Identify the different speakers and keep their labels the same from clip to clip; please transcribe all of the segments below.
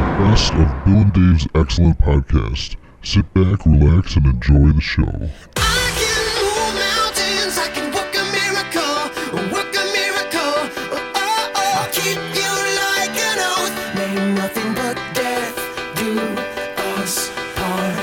Speaker 1: of Bill and Dave's excellent podcast. Sit back, relax, and enjoy the show.
Speaker 2: I can move mountains. I can work a miracle. Work a miracle. Oh, oh, oh. Keep you like an oath. May nothing but death do us harm.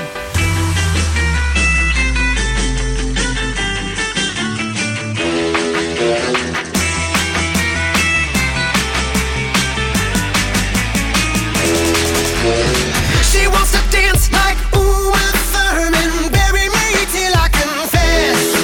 Speaker 2: She wants to dance like Uma Thurman. Bury me till I confess.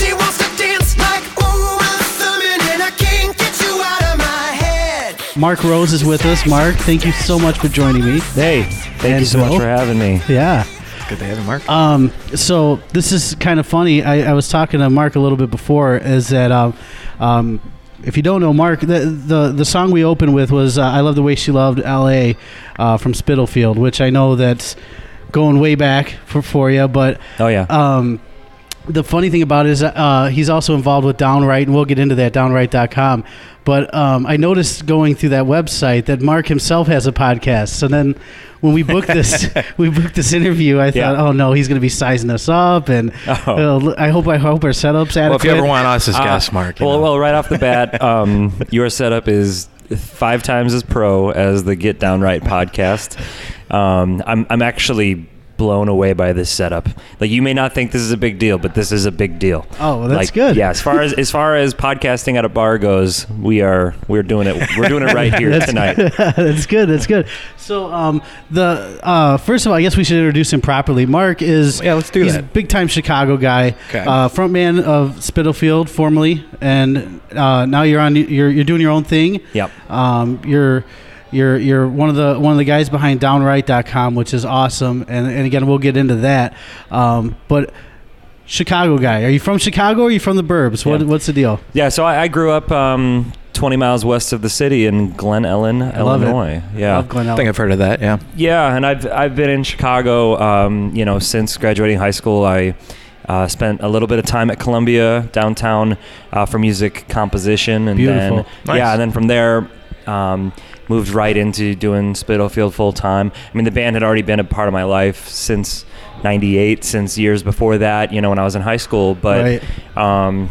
Speaker 2: She wants to dance like Uma Thurman, and I can't get you out of my head.
Speaker 3: Mark Rose is with us. Mark, thank you so much for joining me.
Speaker 4: Hey, thank
Speaker 3: And
Speaker 4: you so
Speaker 3: Bill.
Speaker 4: much for having me.
Speaker 3: Yeah.
Speaker 5: Good to have you, Mark.
Speaker 3: Um, so this is kind of funny. I, I was talking to Mark a little bit before. Is that um, um, if you don't know Mark, the the, the song we opened with was uh, "I Love the Way She Loved L.A." Uh, from Spitalfield, which I know that's going way back for for you. But
Speaker 4: Oh yeah,
Speaker 3: um, the funny thing about it is uh, he's also involved with Downright, and we'll get into that, downright.com. But um, I noticed going through that website that Mark himself has a podcast. So then when we booked this, we booked this interview, I
Speaker 4: Yeah.
Speaker 3: thought, oh no, he's going to be sizing us up. And
Speaker 4: Oh.
Speaker 3: uh, l- I hope I hope our setup's adequate.
Speaker 5: Well, if you ever want us as
Speaker 4: Uh,
Speaker 5: guests, Mark. you
Speaker 4: Well,
Speaker 5: know.
Speaker 4: well, right off the bat, um, your setup is five times as pro as the Get Downright podcast. Um, I'm I'm actually blown away by this setup. Like you may not think this is a big deal, but this is a big deal.
Speaker 3: Oh, well, that's
Speaker 4: Like,
Speaker 3: good.
Speaker 4: Yeah, as far as as far as podcasting at a bar goes, we are we're doing it we're doing it right here tonight.
Speaker 3: that's good. That's good. So, um, the uh, first of all, I guess we should introduce him properly. Mark is
Speaker 5: Yeah, let's do
Speaker 3: he's
Speaker 5: that.
Speaker 3: a big time Chicago guy,
Speaker 5: Okay.
Speaker 3: uh, frontman of Spitalfield formerly, and uh, now you're on you're you're doing your own thing.
Speaker 4: Yep.
Speaker 3: Um, you're. You're, you're one of the one of the guys behind downright.com which is awesome and, and again we'll get into that um, but Chicago guy are you from Chicago or are you from the burbs what,
Speaker 4: Yeah.
Speaker 3: what's the deal
Speaker 4: Yeah, so I, I grew up um, 20 miles west of the city in Glen Ellen,
Speaker 3: love it.
Speaker 4: Illinois. Yeah,
Speaker 3: Love Glen
Speaker 5: I
Speaker 3: Ellen.
Speaker 5: think I've heard of that. Yeah.
Speaker 4: Yeah, and I've I've been in Chicago. Um, you know, since graduating high school, I uh, spent a little bit of time at Columbia downtown uh, for music composition, and
Speaker 3: Beautiful.
Speaker 4: then
Speaker 5: Nice.
Speaker 4: yeah, and then from there. Um, moved right into doing Spitalfield full time. I mean, the band had already been a part of my life since '98, since years before that. You know, when I was in high school, but um,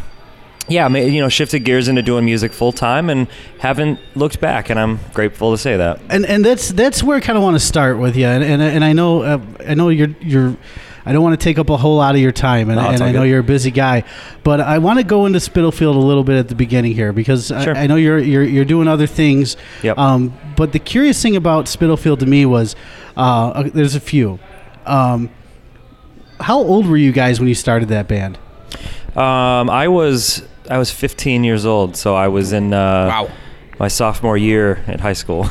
Speaker 4: yeah, I mean, you know, shifted gears into doing music full time and haven't looked back. And I'm grateful to say that.
Speaker 3: uh, and and that's that's where I kind of want to start with you. And and, and I know uh, I know you're you're. I don't want to take up a whole lot of your time, and,
Speaker 4: No, it's
Speaker 3: and
Speaker 4: all
Speaker 3: I know
Speaker 4: good.
Speaker 3: you're a busy guy, but I want to go into Spitalfield a little bit at the beginning here because
Speaker 4: Sure.
Speaker 3: I, I know you're you're you're doing other things.
Speaker 4: Yep.
Speaker 3: Um, but the curious thing about Spitalfield to me was, uh, uh, there's a few. Um, how old were you guys when you started that band?
Speaker 4: Um, I was I was 15 years old, so I was in uh,
Speaker 5: Wow.
Speaker 4: my sophomore year at high school.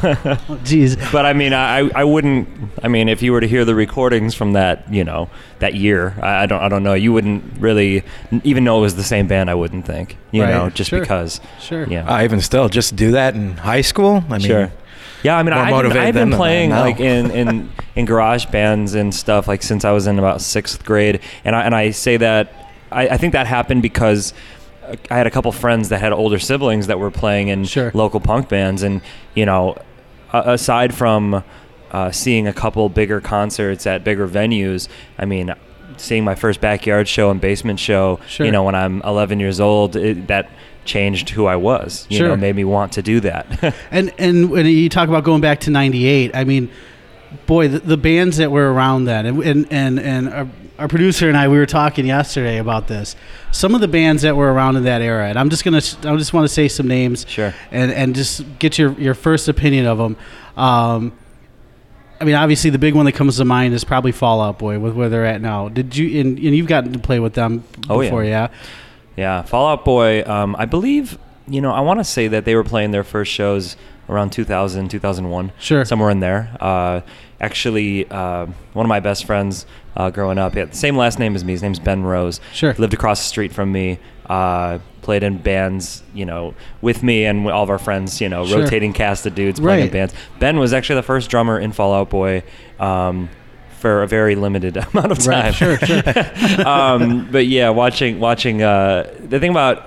Speaker 3: Oh, Jeez.
Speaker 4: but I mean, I, I wouldn't. I mean, if you were to hear the recordings from that, you know, that year, I, I don't I don't know. You wouldn't really even know it was the same band. I wouldn't think. You
Speaker 3: Right,
Speaker 4: know, just
Speaker 3: sure.
Speaker 4: because.
Speaker 3: Sure.
Speaker 4: Yeah.
Speaker 5: Uh, even still, just do that in high school. I mean,
Speaker 4: Sure. Yeah, I mean,
Speaker 5: More
Speaker 4: I've been,
Speaker 5: motivated
Speaker 4: I've been
Speaker 5: than I
Speaker 4: playing
Speaker 5: now.
Speaker 4: like in, in in garage bands and stuff like since I was in about sixth grade, and I and I say that I, I think that happened because uh, I had a couple friends that had older siblings that were playing in
Speaker 3: Sure.
Speaker 4: local punk bands, and you know, a- aside from uh, seeing a couple bigger concerts at bigger venues, I mean. Seeing my first backyard show and basement show,
Speaker 3: Sure.
Speaker 4: you know, when I'm 11 years old, it, that changed who I was. You
Speaker 3: Sure.
Speaker 4: know, made me want to do that.
Speaker 3: And and when you talk about going back to '98, I mean, boy, the, the bands that were around then, and and and, and our, our producer and I, we were talking yesterday about this. Some of the bands that were around in that era, and I'm just gonna, I just want to say some names,
Speaker 4: Sure.
Speaker 3: and and just get your your first opinion of them. Um, I mean, obviously, the big one that comes to mind is probably Fallout Boy with where they're at now. Did you and, and you've gotten to play with them
Speaker 4: Oh, yeah.
Speaker 3: before, yeah?
Speaker 4: Yeah, Fallout Boy. Um, I believe you know. I want to say that they were playing their first shows around 2000, 2001.
Speaker 3: Sure.
Speaker 4: somewhere in there. Uh, actually, uh, one of my best friends uh, growing up, he had the same last name as me. His name's Ben Rose.
Speaker 3: Sure.
Speaker 4: lived across the street from me. Uh, played in bands, you know, with me and all of our friends. You know,
Speaker 3: Sure.
Speaker 4: rotating cast of dudes playing
Speaker 3: Right.
Speaker 4: in bands. Ben was actually the first drummer in Fallout Boy. Um, for a very limited amount of time
Speaker 3: Right, sure, sure.
Speaker 4: um, but yeah, watching watching uh, the thing about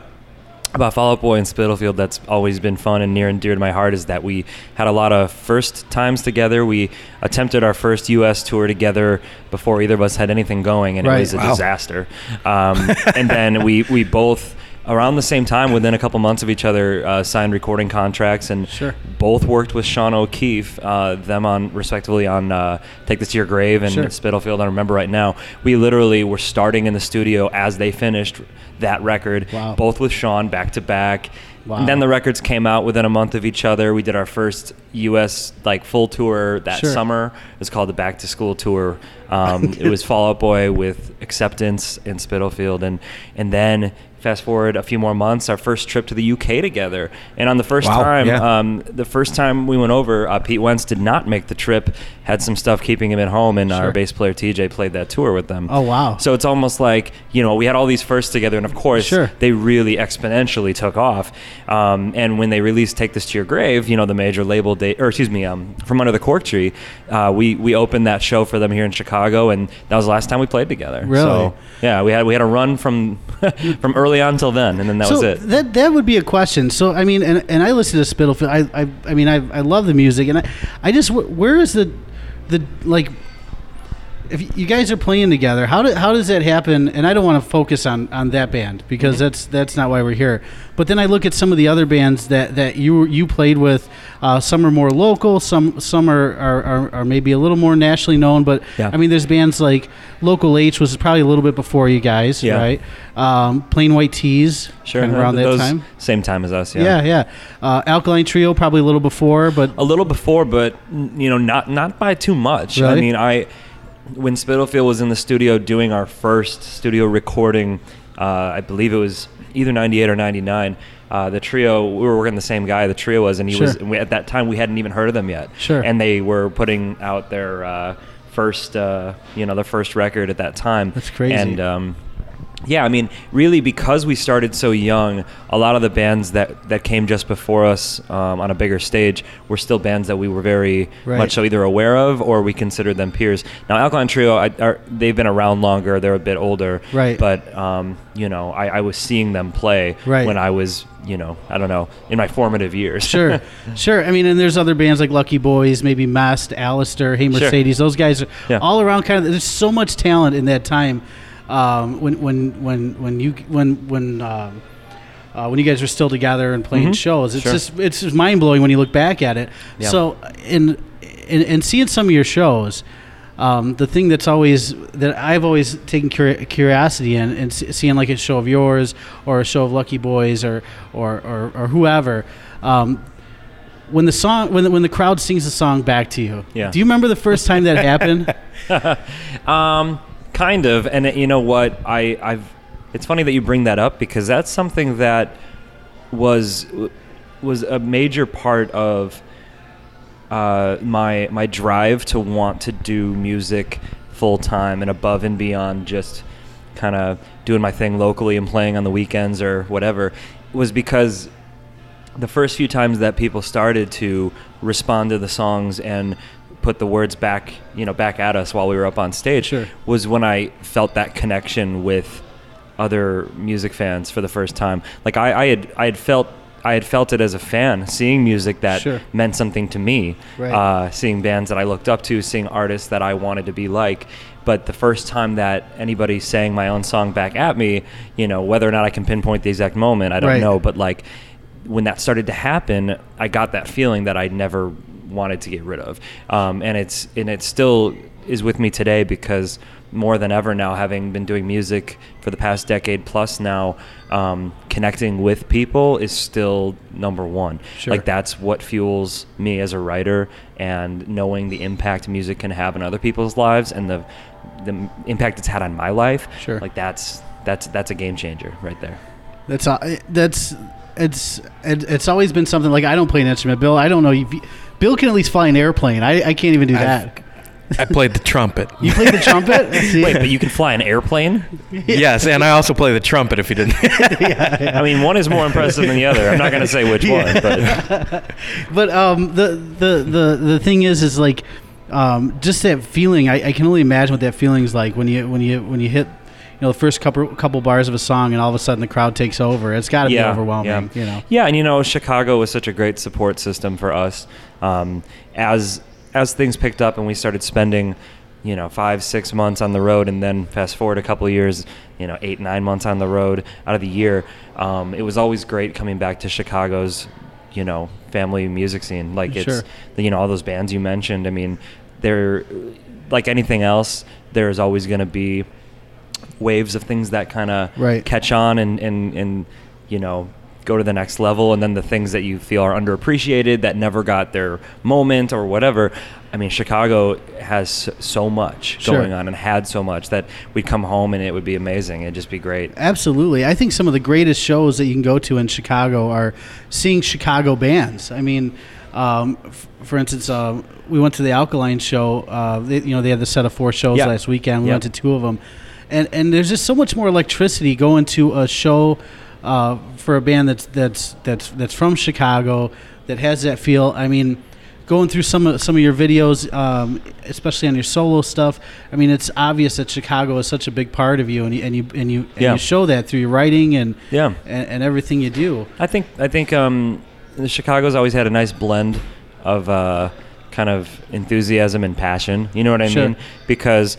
Speaker 4: about Fall Out Boy and Spitalfield that's always been fun and near and dear to my heart is that we had a lot of first times together. We attempted our first U.S. tour together before either of us had anything going, and
Speaker 3: Right.
Speaker 4: it was a
Speaker 5: Wow.
Speaker 4: disaster. Um, and then we we both. Around the same time, within a couple months of each other, uh, signed recording contracts and
Speaker 3: Sure.
Speaker 4: both worked with Sean O'Keefe, uh, them on respectively on uh, "Take This to Your Grave" and
Speaker 3: Sure.
Speaker 4: Spitalfield. I remember right now. We literally were starting in the studio as they finished that record,
Speaker 3: Wow.
Speaker 4: both with Sean back to back.
Speaker 3: Wow.
Speaker 4: And then the records came out within a month of each other. We did our first U.S. like full tour that
Speaker 3: Sure.
Speaker 4: summer. It was called the Back to School Tour. Um, it was Fall Out Boy with Acceptance and Spitalfield, and and then fast forward a few more months, our first trip to the U.K. together. And on the first
Speaker 5: Wow,
Speaker 4: time,
Speaker 5: yeah.
Speaker 4: um, the first time we went over, uh, Pete Wentz did not make the trip. Had some stuff keeping him at home, and
Speaker 3: Sure.
Speaker 4: our bass player TJ played that tour with them.
Speaker 3: Oh, wow.
Speaker 4: So it's almost like you know we had all these firsts together, and of course
Speaker 3: Sure.
Speaker 4: they really exponentially took off. Um, and when they released "Take This to Your Grave," you know the major label date, or excuse me, um, from under the cork tree, uh, we we opened that show for them here in Chicago, and that was the last time we played together.
Speaker 3: Really?
Speaker 4: So, yeah, we had we had a run from from early on till then, and then that
Speaker 3: so
Speaker 4: was it.
Speaker 3: That that would be a question. So I mean, and, and I listen to Spitalfield. I I, I mean, I, I love the music, and I I just wh- where is the the like if you guys are playing together, how do, how does that happen? And I don't want to focus on, on that band because
Speaker 4: Mm-hmm.
Speaker 3: that's that's not why we're here. But then I look at some of the other bands that, that you you played with. Uh, some are more local, some some are, are, are, are maybe a little more nationally known. But
Speaker 4: Yeah.
Speaker 3: I mean, there's bands like Local H was probably a little bit before you guys,
Speaker 4: Yeah.
Speaker 3: right? Um, Plain White Tees,
Speaker 4: Sure,
Speaker 3: kind of around that
Speaker 4: those-
Speaker 3: time.
Speaker 4: same time as us.
Speaker 3: Yeah, yeah. Uh, Alkaline Trio probably a little before, but
Speaker 4: a little before, but n- you know, not not by too much. I
Speaker 3: Really?
Speaker 4: mean, I when Spitalfield was in the studio doing our first studio recording, uh, I believe it was either '98 or '99. Uh, the trio, we were working the same guy. The trio was, and he
Speaker 3: Sure.
Speaker 4: was we, at that time we hadn't even heard of them yet.
Speaker 3: Sure.
Speaker 4: and they were putting out their uh, first, uh, you know, their first record at that time.
Speaker 3: That's crazy.
Speaker 4: And um, yeah, I mean, really, because we started so young, a lot of the bands that, that came just before us um, on a bigger stage were still bands that we were very
Speaker 3: Right.
Speaker 4: much so either aware of or we considered them peers. Now, Alkaline Trio, I, are, they've been around longer; they're a bit older,
Speaker 3: Right.
Speaker 4: But um, you know, I, I was seeing them play
Speaker 3: Right.
Speaker 4: when I was, you know, I don't know, in my formative years.
Speaker 3: Sure, sure. I mean, and there's other bands like Lucky Boys, maybe Mast, Alistair, Hey Mercedes. Those guys are
Speaker 4: Yeah.
Speaker 3: all around. Kind of, there's so much talent in that time. Um, when when when when you when when um, uh, when you guys were still together and playing shows, it's
Speaker 4: Mm-hmm. Sure.
Speaker 3: just it's just mind blowing when you look back at it.
Speaker 4: Yeah.
Speaker 3: So in, in in seeing some of your shows. Um, the thing that's always that I've always taken curi- curiosity in, and se- seeing like a show of yours or a show of Lucky Boys or or or, or whoever, um, when the song when the, when the crowd sings the song back to you
Speaker 4: Yeah.
Speaker 3: do you remember the first time that happened
Speaker 4: Um, kind of, and it- you know what? I, I've. It's funny that you bring that up because that's something that was was a major part of uh, my my drive to want to do music full time and above and beyond just kind of doing my thing locally and playing on the weekends or whatever was because the first few times that people started to respond to the songs and put the words back, you know, back at us while we were up on stage
Speaker 3: Sure.
Speaker 4: was when I felt that connection with other music fans for the first time. Like I, I had, I had felt, I had felt it as a fan, seeing music that
Speaker 3: Sure.
Speaker 4: meant something to me,
Speaker 3: Right.
Speaker 4: uh, seeing bands that I looked up to, seeing artists that I wanted to be like. But the first time that anybody sang my own song back at me, you know, whether or not I can pinpoint the exact moment, I don't
Speaker 3: Right.
Speaker 4: know. Oh, But like when that started to happen, I got that feeling that I never wanted to get rid of, um, and it's and it still is with me today because more than ever now, having been doing music for the past decade plus now, um, connecting with people is still number one.
Speaker 3: Sure.
Speaker 4: Like that's what fuels me as a writer, and knowing the impact music can have on other people's lives and the the impact it's had on my life.
Speaker 3: Sure.
Speaker 4: Like that's that's that's a game changer right there.
Speaker 3: that's all it- that's it's it, it's always been something like i don't play an instrument bill i don't know if you, bill can at least fly an airplane i, I can't even do that
Speaker 5: I played the trumpet.
Speaker 3: you play the trumpet See?
Speaker 4: Wait, but you can fly an airplane?
Speaker 5: yes, and I also play the trumpet. If you didn't,
Speaker 4: I mean, one is more impressive than the other. I'm not going to say which one, but
Speaker 3: but um, the, the the the thing is, is like um, just that feeling. I, I can only imagine what that feeling's like when you when you when you hit know the first couple couple bars of a song, and all of a sudden the crowd takes over. It's got to be overwhelming.
Speaker 4: Yeah.
Speaker 3: You know.
Speaker 4: Yeah, and you know, Chicago was such a great support system for us. Um, as as things picked up and we started spending, you know, five six months on the road, and then fast forward a couple years, you know, eight nine months on the road out of the year, um, it was always great coming back to Chicago's, you know, family music scene. Like it's
Speaker 3: Sure.
Speaker 4: you know all those bands you mentioned. I mean, they're like anything else. There's always going to be waves of things that kind of
Speaker 3: Right.
Speaker 4: catch on and, and, and you know go to the next level and then the things that you feel are underappreciated that never got their moment or whatever i mean chicago has s- so much
Speaker 3: Sure.
Speaker 4: going on and had so much that we'd come home and it would be amazing it'd just be great
Speaker 3: Absolutely. I think some of the greatest shows that you can go to in Chicago are seeing Chicago bands. I mean, um, f- for instance, uh, we went to the Alkaline show. Uh, they, you know, they had the set of four shows
Speaker 4: Yeah.
Speaker 3: last weekend. We
Speaker 4: Yeah.
Speaker 3: went to two of them. And, and there's just so much more electricity going to a show uh, for a band that's, that's, that's, that's from Chicago that has that feel. I mean, going through some of some of your videos, um, especially on your solo stuff. I mean, it's obvious that Chicago is such a big part of you, and you and you and you, and
Speaker 4: Yeah.
Speaker 3: you show that through your writing and
Speaker 4: Yeah.
Speaker 3: and, and everything you do.
Speaker 4: I think I think um, Chicago's always had a nice blend of uh, kind of enthusiasm and passion. You know what I
Speaker 3: Sure.
Speaker 4: mean? Because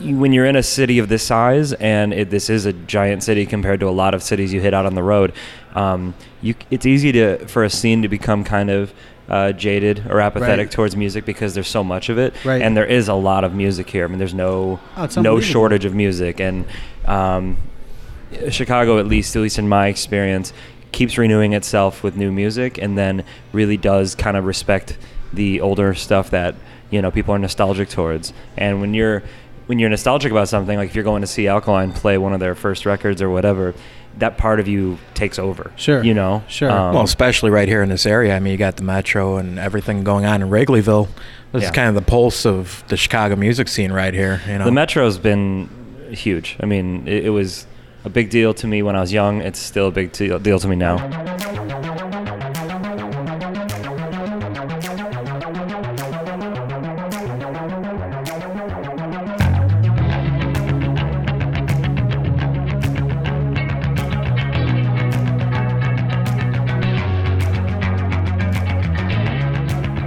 Speaker 4: you- when you're in a city of this size, and it, this is a giant city compared to a lot of cities you hit out on the road, um, you, it's easy to for a scene to become kind of uh, jaded or apathetic
Speaker 3: Right.
Speaker 4: towards music because there's so much of it,
Speaker 3: Right.
Speaker 4: and there is a lot of music here. I mean, there's no
Speaker 3: Oh, it's
Speaker 4: no
Speaker 3: unbelievable.
Speaker 4: shortage of music, and um, Chicago, at least, at least in my experience, keeps renewing itself with new music, and then really does kind of respect the older stuff that you know people are nostalgic towards. And when you're when you're nostalgic about something, like if you're going to see Alkaline play one of their first records or whatever, that part of you takes over.
Speaker 3: Sure.
Speaker 4: you know, um,
Speaker 3: Sure.
Speaker 5: well, especially right here in this area. I mean, you got the metro and everything going on in Wrigleyville. This
Speaker 4: Yeah.
Speaker 5: is kind of the pulse of the Chicago music scene right here. You know,
Speaker 6: Um,
Speaker 4: The metro's been huge. I mean, it, it was a big deal to me when I was young. It's still a big deal, deal to me now.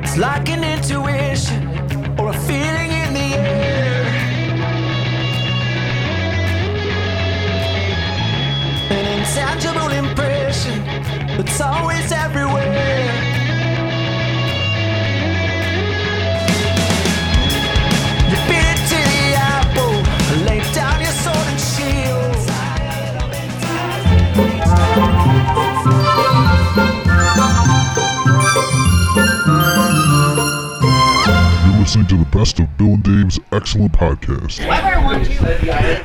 Speaker 2: It's like an intuition or a feeling in the air. An intangible impression that's always everywhere. You bit into the apple, lay down your sword and shield.
Speaker 1: You're listening to the best of Bill and Dave's excellent podcast.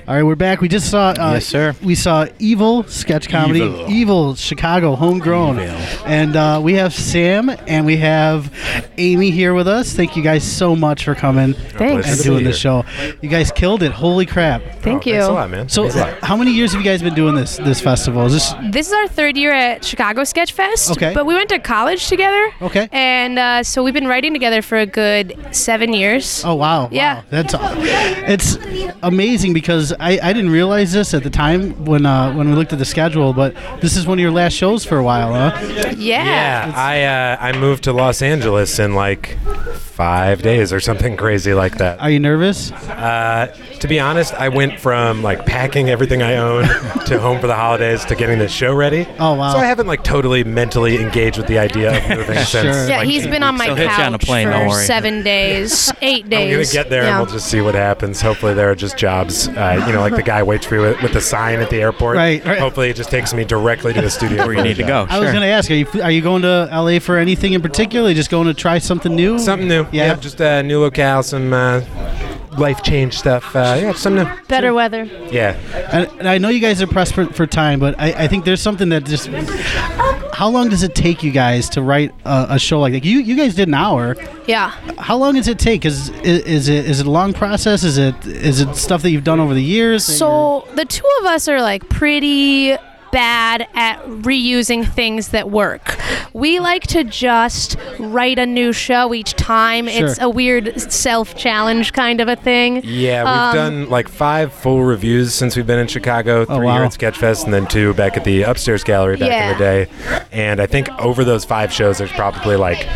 Speaker 3: All right, we're back. We just saw uh,
Speaker 5: Yes, sir.
Speaker 3: We saw Evil sketch comedy, Evil,
Speaker 5: Evil.
Speaker 3: Chicago homegrown,
Speaker 5: Evil.
Speaker 3: and uh, we have Sam and we have Amy here with us. Thank you guys so much for coming
Speaker 6: Thanks.
Speaker 3: and
Speaker 6: Nice to
Speaker 3: doing
Speaker 6: be
Speaker 3: the
Speaker 6: here.
Speaker 3: show. You guys killed it! Holy crap!
Speaker 6: Thank you.
Speaker 7: Oh, Thanks a lot, man.
Speaker 3: So, how many years have you guys been doing this this festival? Is this
Speaker 6: This is our third year at Chicago Sketch Fest.
Speaker 3: Okay.
Speaker 6: But we went to college together.
Speaker 3: Okay.
Speaker 6: And uh, so we've been writing together for a good seven years.
Speaker 3: Oh wow!
Speaker 6: Yeah.
Speaker 3: wow. that's it's amazing because I, I didn't realize this at the time when uh, when we looked at the schedule, but this is one of your last shows for a while, huh?
Speaker 6: Yeah.
Speaker 7: Yeah, I uh, I moved to Los Angeles in like five days or something crazy like that.
Speaker 3: Are you nervous?
Speaker 7: Uh, to be honest, I went from like packing everything I own to home for the holidays to getting this show ready.
Speaker 3: Oh, wow.
Speaker 7: So I haven't like totally mentally engaged with the idea of moving
Speaker 3: Sure.
Speaker 7: since.
Speaker 6: Yeah,
Speaker 7: like,
Speaker 6: he's
Speaker 7: eight
Speaker 6: been on
Speaker 7: weeks.
Speaker 6: my
Speaker 5: They'll hit
Speaker 6: couch
Speaker 5: you on a plane, don't
Speaker 6: for
Speaker 5: worry.
Speaker 6: seven days, eight days.
Speaker 7: I'm gonna get there
Speaker 6: Yeah.
Speaker 7: and we'll just see what happens. Hopefully there are just jobs. Uh, you know, like the guy waits for you with, with the sign at the airport.
Speaker 3: Right, right.
Speaker 7: Hopefully it just takes me directly to the studio
Speaker 5: where you need to go.
Speaker 3: I was
Speaker 5: Sure.
Speaker 3: gonna ask, are you are you going to LA for anything in particular? You just going to try something new?
Speaker 7: Something new.
Speaker 3: Yeah.
Speaker 7: Yeah, just a new locale, some uh, life change stuff. Uh, yeah, something new.
Speaker 6: Better weather.
Speaker 7: Yeah.
Speaker 3: And, and I know you guys are pressed for, for time, but I, I think there's something that just. How long does it take you guys to write a, a show like that? You you guys did an hour.
Speaker 6: Yeah.
Speaker 3: How long does it take? Is, is is it is it a long process? Is it is it stuff that you've done over the years? that you're-
Speaker 6: So the two of us are like pretty bad at reusing things that work. We like to just write a new show each time.
Speaker 3: Sure.
Speaker 6: It's a weird self challenge kind of a thing.
Speaker 7: Yeah, we've
Speaker 6: Um,
Speaker 7: done like five full reviews since we've been in Chicago. Three
Speaker 3: Oh, wow.
Speaker 7: here at Sketchfest, and then two back at the upstairs gallery back in the
Speaker 6: Yeah.
Speaker 7: day. And I think over those five shows, there's probably like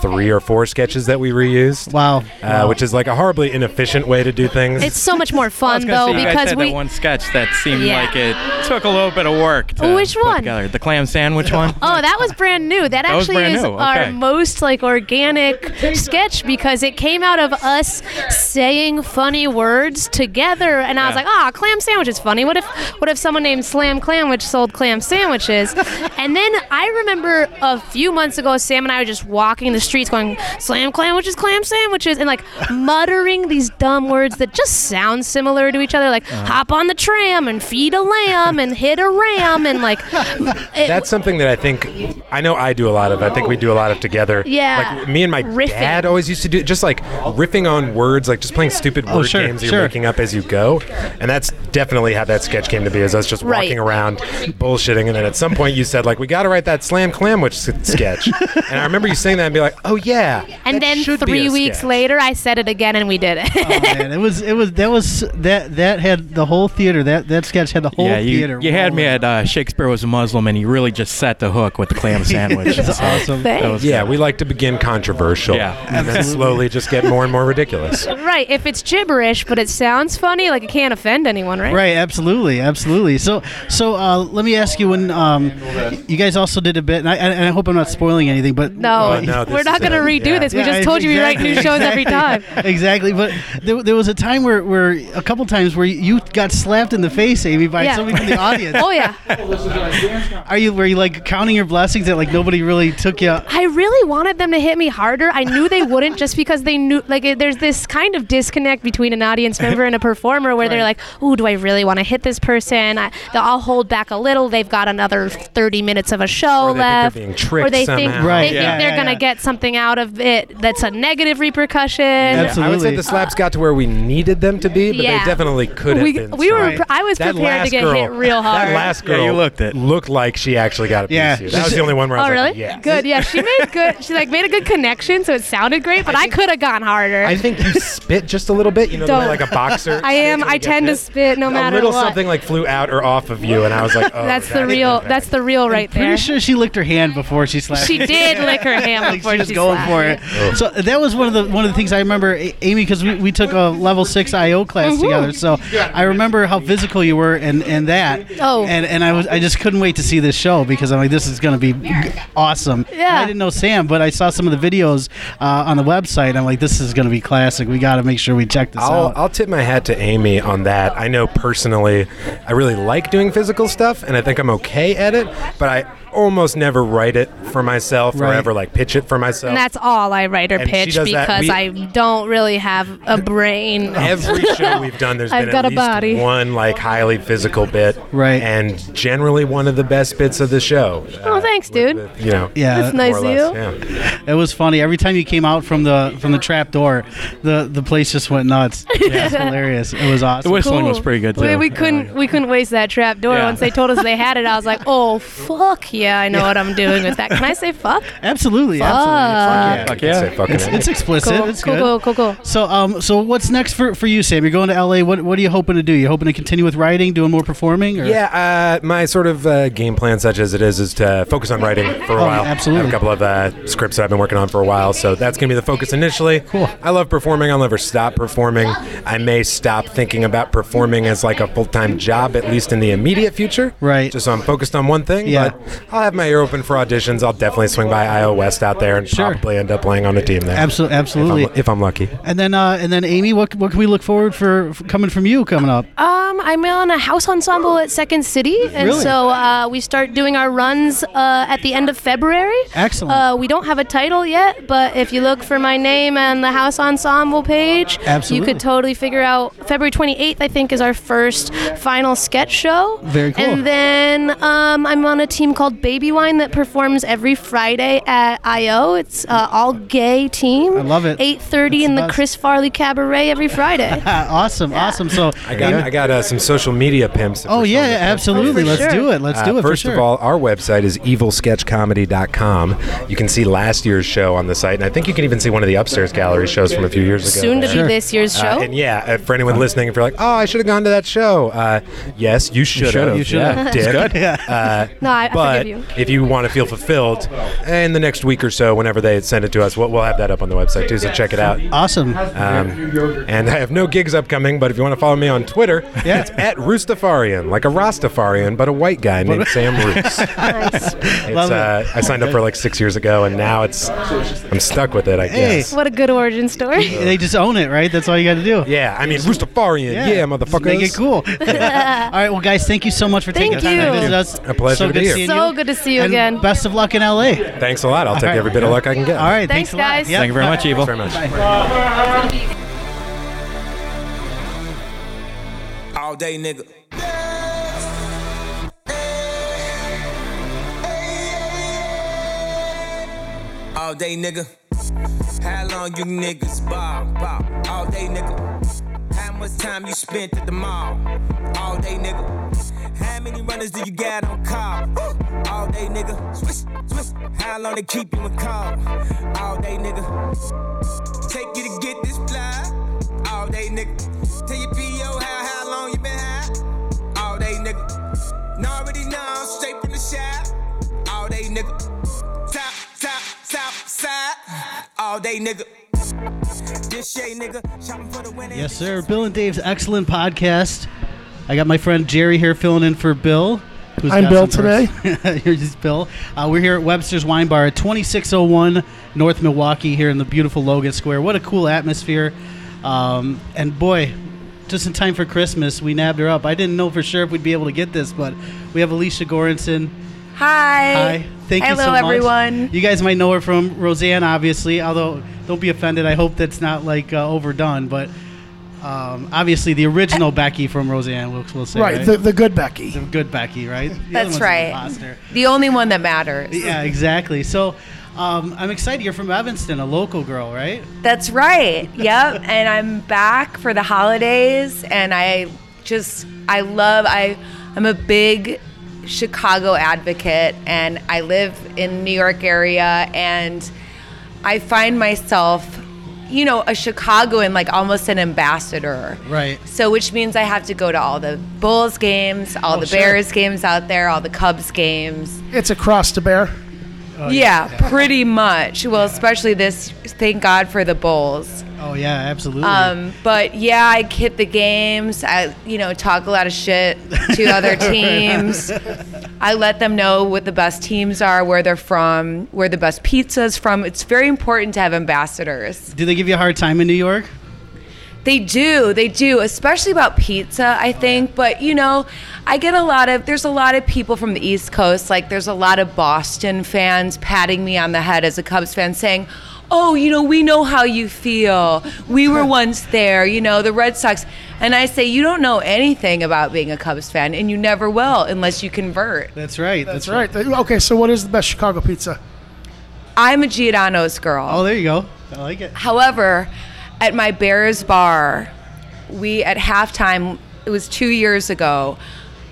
Speaker 7: three or four sketches that we reused.
Speaker 3: Wow.
Speaker 7: Uh, which is like a horribly inefficient way to do things.
Speaker 6: It's so much more
Speaker 5: I
Speaker 6: fun
Speaker 5: was gonna
Speaker 6: though
Speaker 5: say, you guys
Speaker 6: because
Speaker 5: had
Speaker 6: we.
Speaker 5: that one sketch that seemed
Speaker 6: Yeah.
Speaker 5: like it took a little bit of work. To
Speaker 6: Which
Speaker 5: put
Speaker 6: one?
Speaker 5: Together. The clam sandwich one.
Speaker 6: Oh, that was brand new. That,
Speaker 5: was
Speaker 6: actually
Speaker 5: brand
Speaker 6: is
Speaker 5: new, okay.
Speaker 6: our most like organic sketch because it came out of us saying funny words together, and I was
Speaker 5: Yeah.
Speaker 6: like, ah, clam sandwich is funny. What if what if someone named Slam Clam which sold clam sandwiches? and then I remember a few months ago, Sam and I were just walking the streets, going Slam Clam which is clam sandwiches, and like muttering these dumb words that just sound similar to each other, like
Speaker 5: Uh-huh.
Speaker 6: hop on the tram and feed a lamb and hit a ram and like. it-
Speaker 7: That's something that I think I know I do a lot of. I think we do a lot of together.
Speaker 6: Yeah.
Speaker 7: Like me and my
Speaker 6: Riffing.
Speaker 7: dad always used to do just like riffing on words, like just playing stupid word
Speaker 3: Oh, sure,
Speaker 7: games that
Speaker 3: sure.
Speaker 7: you're making up as you go. And that's definitely how that sketch came to be. Is us just
Speaker 6: Right.
Speaker 7: walking around bullshitting, and then at some point you said like, "We got to write that slam clam which sketch." and I remember you saying that and be like, "Oh yeah."
Speaker 6: And
Speaker 7: that
Speaker 6: then
Speaker 7: should be
Speaker 6: three
Speaker 7: a
Speaker 6: weeks
Speaker 7: sketch."
Speaker 6: later, I said it again, and we did it.
Speaker 3: Oh, man, it was it was that was that that had the whole theater that that sketch had the whole
Speaker 5: yeah, you,
Speaker 3: theater.
Speaker 5: you had me
Speaker 3: rolling.
Speaker 5: at uh, Shakespeare was a Muslim, and you really just set the hook with the clam sandwich.
Speaker 3: It's
Speaker 5: So
Speaker 3: awesome.
Speaker 6: Thanks.
Speaker 5: that was
Speaker 7: Yeah,
Speaker 5: kinda-
Speaker 7: we like to begin controversial.
Speaker 5: Yeah.
Speaker 7: And then slowly just get more and more ridiculous.
Speaker 6: right? If it's gibberish, but it sounds funny, like it can't offend anyone, right?
Speaker 3: Right, absolutely, absolutely. So, so uh, let me ask you: when um, you guys also did a bit, and I, and I hope I'm not spoiling anything, but
Speaker 6: No,
Speaker 7: Oh, no,
Speaker 6: we're
Speaker 7: this
Speaker 6: not
Speaker 7: is
Speaker 6: going to
Speaker 7: it.
Speaker 6: redo
Speaker 7: Yeah.
Speaker 6: this. We
Speaker 3: Yeah,
Speaker 6: just told you we write new
Speaker 3: exactly,
Speaker 6: shows every time.
Speaker 3: exactly, Exactly, but there, there was a time where, where a couple times where you got slapped in the face, Amy, by
Speaker 6: Yeah.
Speaker 3: somebody from the audience.
Speaker 6: Oh yeah,
Speaker 3: Are you were you like counting your blessings that like nobody really took you?
Speaker 6: I really wanted them to hit me harder. I knew they wouldn't just because they knew. Like, it- there's this kind of disconnect between an audience member and a performer where they're like, "Ooh, do I really want to hit this person?" I, they'll- I'll hold back a little. They've got another 30 minutes of a show
Speaker 7: Or they think they're
Speaker 6: left,
Speaker 7: being tricked
Speaker 6: or they think
Speaker 7: somehow.
Speaker 3: Right,
Speaker 6: they
Speaker 3: yeah.
Speaker 6: think they're
Speaker 3: yeah,
Speaker 6: gonna
Speaker 3: yeah.
Speaker 6: get something out of it that's a negative repercussion.
Speaker 3: Yeah.
Speaker 7: I would
Speaker 3: Absolutely.
Speaker 7: say the slaps got to where we needed them to be, but
Speaker 6: Yeah.
Speaker 7: they definitely could have
Speaker 6: we,
Speaker 7: been.
Speaker 6: we were
Speaker 7: stronger.
Speaker 6: pre- I was
Speaker 7: That
Speaker 6: prepared to
Speaker 7: last
Speaker 6: get
Speaker 7: girl-
Speaker 6: hit real hard.
Speaker 7: That last
Speaker 5: Yeah,
Speaker 7: girl
Speaker 5: you looked it.
Speaker 7: looked like she actually got a piece
Speaker 3: Yeah.
Speaker 7: of you. That was the only one where I
Speaker 6: oh
Speaker 7: was
Speaker 6: really?
Speaker 7: like, yes.
Speaker 6: Good. Yeah, she made good. She like made a good connection, so it sounded great. But I could have gone harder. I,
Speaker 7: I think you spit just a little bit, you know, the
Speaker 6: Don't.
Speaker 7: way like a boxer.
Speaker 6: am.
Speaker 7: spits when
Speaker 6: I
Speaker 7: you get
Speaker 6: tend to
Speaker 7: hit.
Speaker 6: spit no
Speaker 7: A
Speaker 6: matter
Speaker 7: little
Speaker 6: what.
Speaker 7: something like flew out or off of you, and I was like, oh,
Speaker 6: that's the real. That's the real right there.
Speaker 3: Pretty sure she licked her hand before she slapped.
Speaker 6: She
Speaker 3: you.
Speaker 6: did lick her hand
Speaker 3: Like
Speaker 6: before
Speaker 3: she was
Speaker 6: she
Speaker 3: going
Speaker 6: slapped
Speaker 3: for
Speaker 6: me.
Speaker 3: it. So that was one of the one of the things I remember, A- Amy, because we, we took a level six IO class
Speaker 6: Mm-hmm.
Speaker 3: together. So I remember how physical you were and, and that.
Speaker 6: Oh.
Speaker 3: And and I was I just couldn't wait to see this show because I'm like this is gonna be g- awesome. And
Speaker 6: Yeah.
Speaker 3: I didn't know Sam, but I saw some of the videos uh, on the website. I'm like this is gonna be classic. We got to make sure we check this
Speaker 7: I'll,
Speaker 3: out.
Speaker 7: I'll tip my hat to Amy on that. I know personally, I really like doing physical stuff, and I think I'm okay at it, but I almost never write it for myself or
Speaker 3: Right.
Speaker 7: ever like pitch it for myself.
Speaker 6: And that's all I write or
Speaker 7: And she
Speaker 6: pitch
Speaker 7: does that.
Speaker 6: because
Speaker 7: We-
Speaker 6: I don't really have a brain.
Speaker 7: every show we've done there's
Speaker 6: I've
Speaker 7: been
Speaker 6: got a
Speaker 7: at least
Speaker 6: body.
Speaker 7: one like highly physical bit
Speaker 3: Right.
Speaker 7: and generally one of the best bits of the show
Speaker 6: Oh, thanks, dude.
Speaker 7: you know
Speaker 3: yeah.
Speaker 6: That's nice
Speaker 7: more or
Speaker 6: of
Speaker 7: less,
Speaker 6: you.
Speaker 7: yeah.
Speaker 3: It was funny. Every time you came out from the from the trap door, the the place just went nuts. It was hilarious. It was
Speaker 5: The
Speaker 3: awesome.
Speaker 5: whistling was
Speaker 6: Cool.
Speaker 5: pretty good too.
Speaker 6: We, we couldn't we couldn't waste that trap door.
Speaker 5: Yeah.
Speaker 6: Once they told us they had it, I was like, oh fuck yeah, I know what I'm doing with that. Can I say fuck?
Speaker 3: Absolutely, absolutely. Fuck
Speaker 5: Fuck yeah.
Speaker 7: Say fucking
Speaker 3: It's,
Speaker 7: anything.
Speaker 3: it's explicit.
Speaker 6: Cool,
Speaker 3: It's
Speaker 6: cool,
Speaker 3: good.
Speaker 6: cool, cool, cool.
Speaker 3: So, um, so what's next for, for you, Sam? You're going to LA. What what are you hoping to do? You hoping to continue with writing, doing more performing? Or?
Speaker 7: Yeah, uh, my sort of uh, game plan, such as it is, is to focus on writing for a
Speaker 3: Oh,
Speaker 7: while.
Speaker 3: absolutely.
Speaker 7: I have a couple of uh, scripts that I've been working on for a while, so that's going to be the focus initially. Cool. I love performing. I'll never stop performing. I may stop thinking about performing as like a full time job, at least in the immediate future.
Speaker 3: Right.
Speaker 7: Just so I'm focused on one thing.
Speaker 3: Yeah.
Speaker 7: But I'll have my ear open for auditions. I'll definitely swing by IO West out there and
Speaker 3: Sure.
Speaker 7: probably end up playing on a team there.
Speaker 3: Absol-
Speaker 7: If I'm,
Speaker 3: absolutely.
Speaker 7: if I'm lucky.
Speaker 3: And then uh, and then Amy, what what can we look forward for, for coming from you coming up?
Speaker 6: Um, I'm on a house ensemble at Second City, and
Speaker 3: Really?
Speaker 6: so uh, we start doing our runs uh, at the end of February.
Speaker 3: Excellent.
Speaker 6: Uh, we don't have a title yet, but if you look for my name and the house ensemble page,
Speaker 3: Absolutely.
Speaker 6: you could totally figure out. February 28th, I think, is our first final sketch show.
Speaker 3: Very cool.
Speaker 6: And then um, I'm on a team called Baby Wine that performs every Friday at IO. It's uh, all gay team.
Speaker 3: I love it.
Speaker 6: 8:30
Speaker 3: That's
Speaker 6: in
Speaker 3: the
Speaker 6: the
Speaker 3: best.
Speaker 6: Chris Farley Cabaret every Friday.
Speaker 3: Ah, awesome, awesome. So,
Speaker 7: I got I got uh, some social media pimps. if
Speaker 3: oh
Speaker 7: we're
Speaker 3: yeah,
Speaker 7: still-
Speaker 3: absolutely.
Speaker 6: Oh, For
Speaker 3: Let's
Speaker 6: sure.
Speaker 3: do it. Let's do
Speaker 7: Uh,
Speaker 3: it.
Speaker 7: First
Speaker 3: for sure.
Speaker 7: of all, our website is evilsketchcomedy.com. You can see last year's show on the site, and I think you can even see one of the upstairs gallery shows from a few years ago.
Speaker 6: Soon to
Speaker 7: there.
Speaker 6: be this year's show.
Speaker 7: Uh, and yeah, uh, for anyone listening, if you're like, "Oh, I should have gone to that show," uh, yes, you should have.
Speaker 5: You
Speaker 3: should've.
Speaker 5: Yeah.
Speaker 7: Dick.
Speaker 6: no, I, I
Speaker 7: Uh, But
Speaker 6: forgive you.
Speaker 7: if you want to feel fulfilled, in the next week or so, whenever they send it to us, we'll, we'll have that up on the website too. So check it out.
Speaker 3: awesome.
Speaker 7: Um, and I have no gigs upcoming, but if you want to follow me on Twitter,
Speaker 3: Yeah.
Speaker 7: it's at Roostafarian, like a Rastafarian, but a white guy named Sam Roos.
Speaker 6: Nice.
Speaker 7: It's,
Speaker 3: Love it.
Speaker 7: uh, I signed up for like six years ago, and now it's I'm stuck with it. I
Speaker 3: Hey.
Speaker 7: guess.
Speaker 6: what a good origin story.
Speaker 3: they just own it, right? That's all you got to do.
Speaker 7: Yeah, I mean Roostafarian. Yeah, motherfuckers.
Speaker 3: Just Make it cool. All right, well, guys, thank you so much for taking
Speaker 6: Thank
Speaker 3: the time
Speaker 6: you.
Speaker 3: to visit us.
Speaker 7: A pleasure
Speaker 3: so
Speaker 7: to
Speaker 3: good
Speaker 7: be here.
Speaker 3: seeing
Speaker 6: so
Speaker 3: you.
Speaker 6: good to see you
Speaker 3: And
Speaker 6: again.
Speaker 3: Best of luck in LA. All
Speaker 7: Thanks a lot. I'll take
Speaker 3: right.
Speaker 7: every bit of luck I can get.
Speaker 3: right,
Speaker 6: Thanks,
Speaker 3: thanks, a lot.
Speaker 6: guys.
Speaker 3: Yep.
Speaker 5: Thank you very much, Evil.
Speaker 7: Thanks very much.
Speaker 8: All day, nigga. All day, nigga. How long you niggas bob, bob? All day, nigga. How much time you spent at the mall? All day, nigga. How many runners do you got on call? All day, nigga. Swish, swish. How long they keep you in call? All day, nigga. Take you to get this fly. All day, nigga. Tell your PO how, how long you been high. All day, nigga. Now already know I'm straight from the shop. All day, nigga. Top, top, top, side. All day, nigga. This shit, nigga. Shopping for the winning.
Speaker 3: Yes, sir. Bill and Dave's excellent podcast. I got my friend Jerry here filling in for Bill. who's
Speaker 9: I'm
Speaker 3: got
Speaker 9: Bill
Speaker 3: some pers- Here's Bill. Uh, we're here at Webster's Wine Bar at 2601 North Milwaukee here in the beautiful Logan Square. What a cool atmosphere. Um, and boy, just in time for Christmas, we nabbed her up. I didn't know for sure if we'd be able to get this, but we have Alicia Goranson.
Speaker 10: Hi.
Speaker 3: Hi. Thank you
Speaker 10: Hello,
Speaker 3: so much.
Speaker 10: everyone.
Speaker 3: You guys might know her from Roseanne, obviously. Although, don't be offended. I hope that's not like uh, overdone, but um, obviously the original
Speaker 10: Uh,
Speaker 3: Becky from Roseanne, we'll, we'll say. Right.
Speaker 9: Right, the, the good Becky.
Speaker 3: The good Becky, right? The other one's
Speaker 10: That's
Speaker 3: an
Speaker 10: right.
Speaker 3: imposter.
Speaker 10: The only one that matters.
Speaker 3: Yeah, exactly. So, um, I'm excited. You're from Evanston, a local girl, right?
Speaker 10: That's right. Yep. and I'm back for the holidays, and I just I love I I'm a big Chicago advocate, and I live in New York area, and I find myself, you know, a Chicagoan like almost an ambassador.
Speaker 3: Right.
Speaker 10: So, which means I have to go to all the Bulls games, all
Speaker 3: Oh,
Speaker 10: the
Speaker 3: sure.
Speaker 10: Bears games out there, all the Cubs games.
Speaker 9: It's across to bear.
Speaker 3: Oh,
Speaker 10: Oh, yeah, pretty much. Well, especially this. Thank God for the Bulls.
Speaker 3: Oh yeah, absolutely.
Speaker 10: Um, but yeah, I hit the games. I, you know, talk a lot of shit to other teams. I let them know what the best teams are, where they're from, where the best pizza's from. It's very important to have ambassadors.
Speaker 3: Do they give you a hard time in New York?
Speaker 10: They do, they do, especially about pizza, I think. But you know, I get a lot of there's a lot of people from the East Coast, like there's a lot of Boston fans patting me on the head as a Cubs fan saying, Oh, you know, we know how you feel. We were once there, you know, the Red Sox. And I say, You don't know anything about being a Cubs fan, and you never will unless you convert.
Speaker 3: That's right.
Speaker 9: That's right. Okay, so what is the best Chicago pizza?
Speaker 10: I'm a Giordano's girl.
Speaker 3: Oh, there you go. I like it.
Speaker 10: However, at my Bears bar, we at halftime, it was two years ago,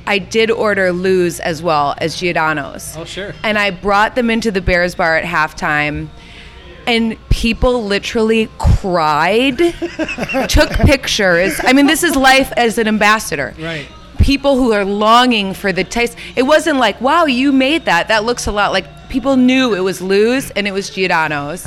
Speaker 10: I did order Lou's as well as Giordano's.
Speaker 3: Oh, sure.
Speaker 10: And I brought them into the Bears bar at halftime. And people literally cried, took pictures. I mean, this is life as an ambassador
Speaker 3: Right.
Speaker 10: people who are longing for the taste. It wasn't like, wow, you made that. That looks a lot like people knew it was Lou's and it was Giordano's.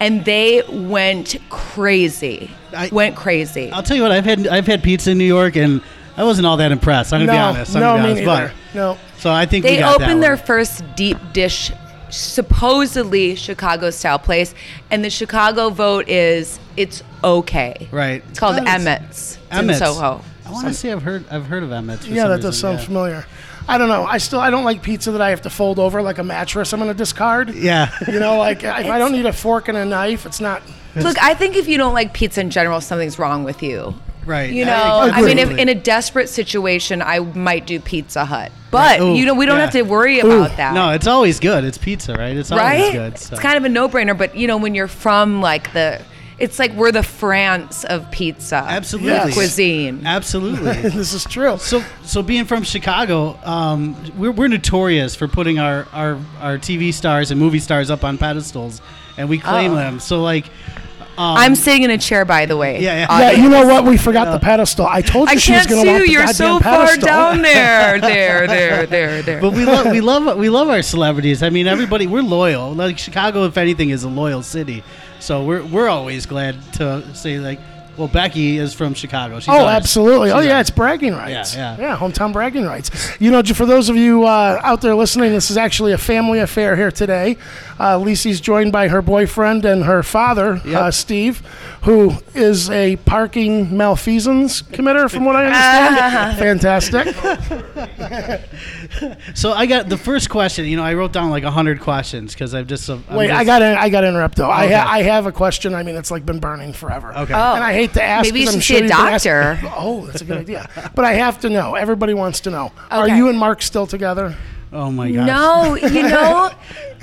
Speaker 10: And they went crazy.
Speaker 3: I-
Speaker 10: went crazy.
Speaker 3: I'll tell you what. I've had I've had pizza in New York, and I wasn't all that impressed. I'm gonna be honest. I'm
Speaker 9: no,
Speaker 3: gonna be
Speaker 9: me
Speaker 3: honest,
Speaker 9: neither.
Speaker 3: but-
Speaker 9: No.
Speaker 3: So I think we
Speaker 10: they
Speaker 3: got that
Speaker 10: opened their
Speaker 3: one.
Speaker 10: first deep dish supposedly Chicago style place and the Chicago vote is it's okay.
Speaker 3: right.
Speaker 10: It's called
Speaker 3: Oh,
Speaker 10: Emmett's. It's
Speaker 3: Emmett's.
Speaker 10: in Soho.
Speaker 3: I want to say I've heard I've heard of Emmett's. For
Speaker 9: Yeah,
Speaker 3: some
Speaker 9: that does
Speaker 3: reason,
Speaker 9: sound familiar. I don't know. I still I don't like pizza that I have to fold over like a mattress. I'm gonna discard.
Speaker 3: yeah. Yeah.
Speaker 9: You know, like if I don't need a fork and a knife, it's not.
Speaker 10: Look, I think if you don't like pizza in general, something's wrong with you.
Speaker 3: Right.
Speaker 10: You
Speaker 3: I
Speaker 10: know, I mean, if
Speaker 3: agree.
Speaker 10: in a desperate situation, I might do Pizza Hut, but
Speaker 3: Ooh,
Speaker 10: you know, we don't
Speaker 3: yeah.
Speaker 10: have to worry
Speaker 3: Ooh.
Speaker 10: about that.
Speaker 3: No, it's always good. It's pizza, right? It's always
Speaker 10: right?
Speaker 3: good. so.
Speaker 10: It's kind of a no-brainer, but you know, when you're from like the, it's like we're the France of pizza,
Speaker 3: absolutely
Speaker 10: cuisine.
Speaker 3: Absolutely,
Speaker 9: this is true.
Speaker 3: So, so being from Chicago, um, we're, we're notorious for putting our, our our TV stars and movie stars up on pedestals, and we claim
Speaker 10: Oh.
Speaker 3: them. So, like, um,
Speaker 10: I'm sitting in a chair, by the way.
Speaker 3: Yeah, yeah.
Speaker 9: Yeah, you
Speaker 10: audience.
Speaker 9: know what? We forgot the pedestal. I told you
Speaker 10: I
Speaker 9: she was
Speaker 10: can't see
Speaker 9: going to
Speaker 10: you.
Speaker 9: walk the
Speaker 10: You're
Speaker 9: goddamn
Speaker 10: so far
Speaker 9: pedestal.
Speaker 10: down there, there, there, there, there.
Speaker 3: but we love we love we love our celebrities. I mean, everybody we're loyal. Like Chicago, if anything, is a loyal city. So we're we're always glad to say like, well, Becky is from Chicago. She's
Speaker 9: oh,
Speaker 3: ours.
Speaker 9: absolutely.
Speaker 3: She's
Speaker 9: Oh, yeah,
Speaker 3: ours.
Speaker 9: it's bragging rights.
Speaker 3: Yeah, yeah.
Speaker 9: hometown bragging rights. You know, j- for those of you uh, out there listening, this is actually a family affair here today. Uh, Lisi's joined by her boyfriend and her father, uh, Steve, who is a parking malfeasance committer, from what I understand. Fantastic.
Speaker 3: So I got the first question. You know, I wrote down like hundred questions because I've just I'm
Speaker 9: Wait,
Speaker 3: just-
Speaker 9: I got I got to interrupt though. I ha-
Speaker 3: Okay.
Speaker 9: I have a question. I mean, it's like been burning forever.
Speaker 3: Okay.
Speaker 10: Oh.
Speaker 9: and I hate to ask.
Speaker 10: Maybe you
Speaker 9: 'cause I'm
Speaker 10: should see
Speaker 9: sure
Speaker 10: a
Speaker 9: you've been asked-
Speaker 10: doctor.
Speaker 9: oh, that's a good idea. But I have to know. Everybody wants to know. Are
Speaker 10: Okay.
Speaker 9: you and Mark still together?
Speaker 3: Oh my gosh.
Speaker 10: No, you know,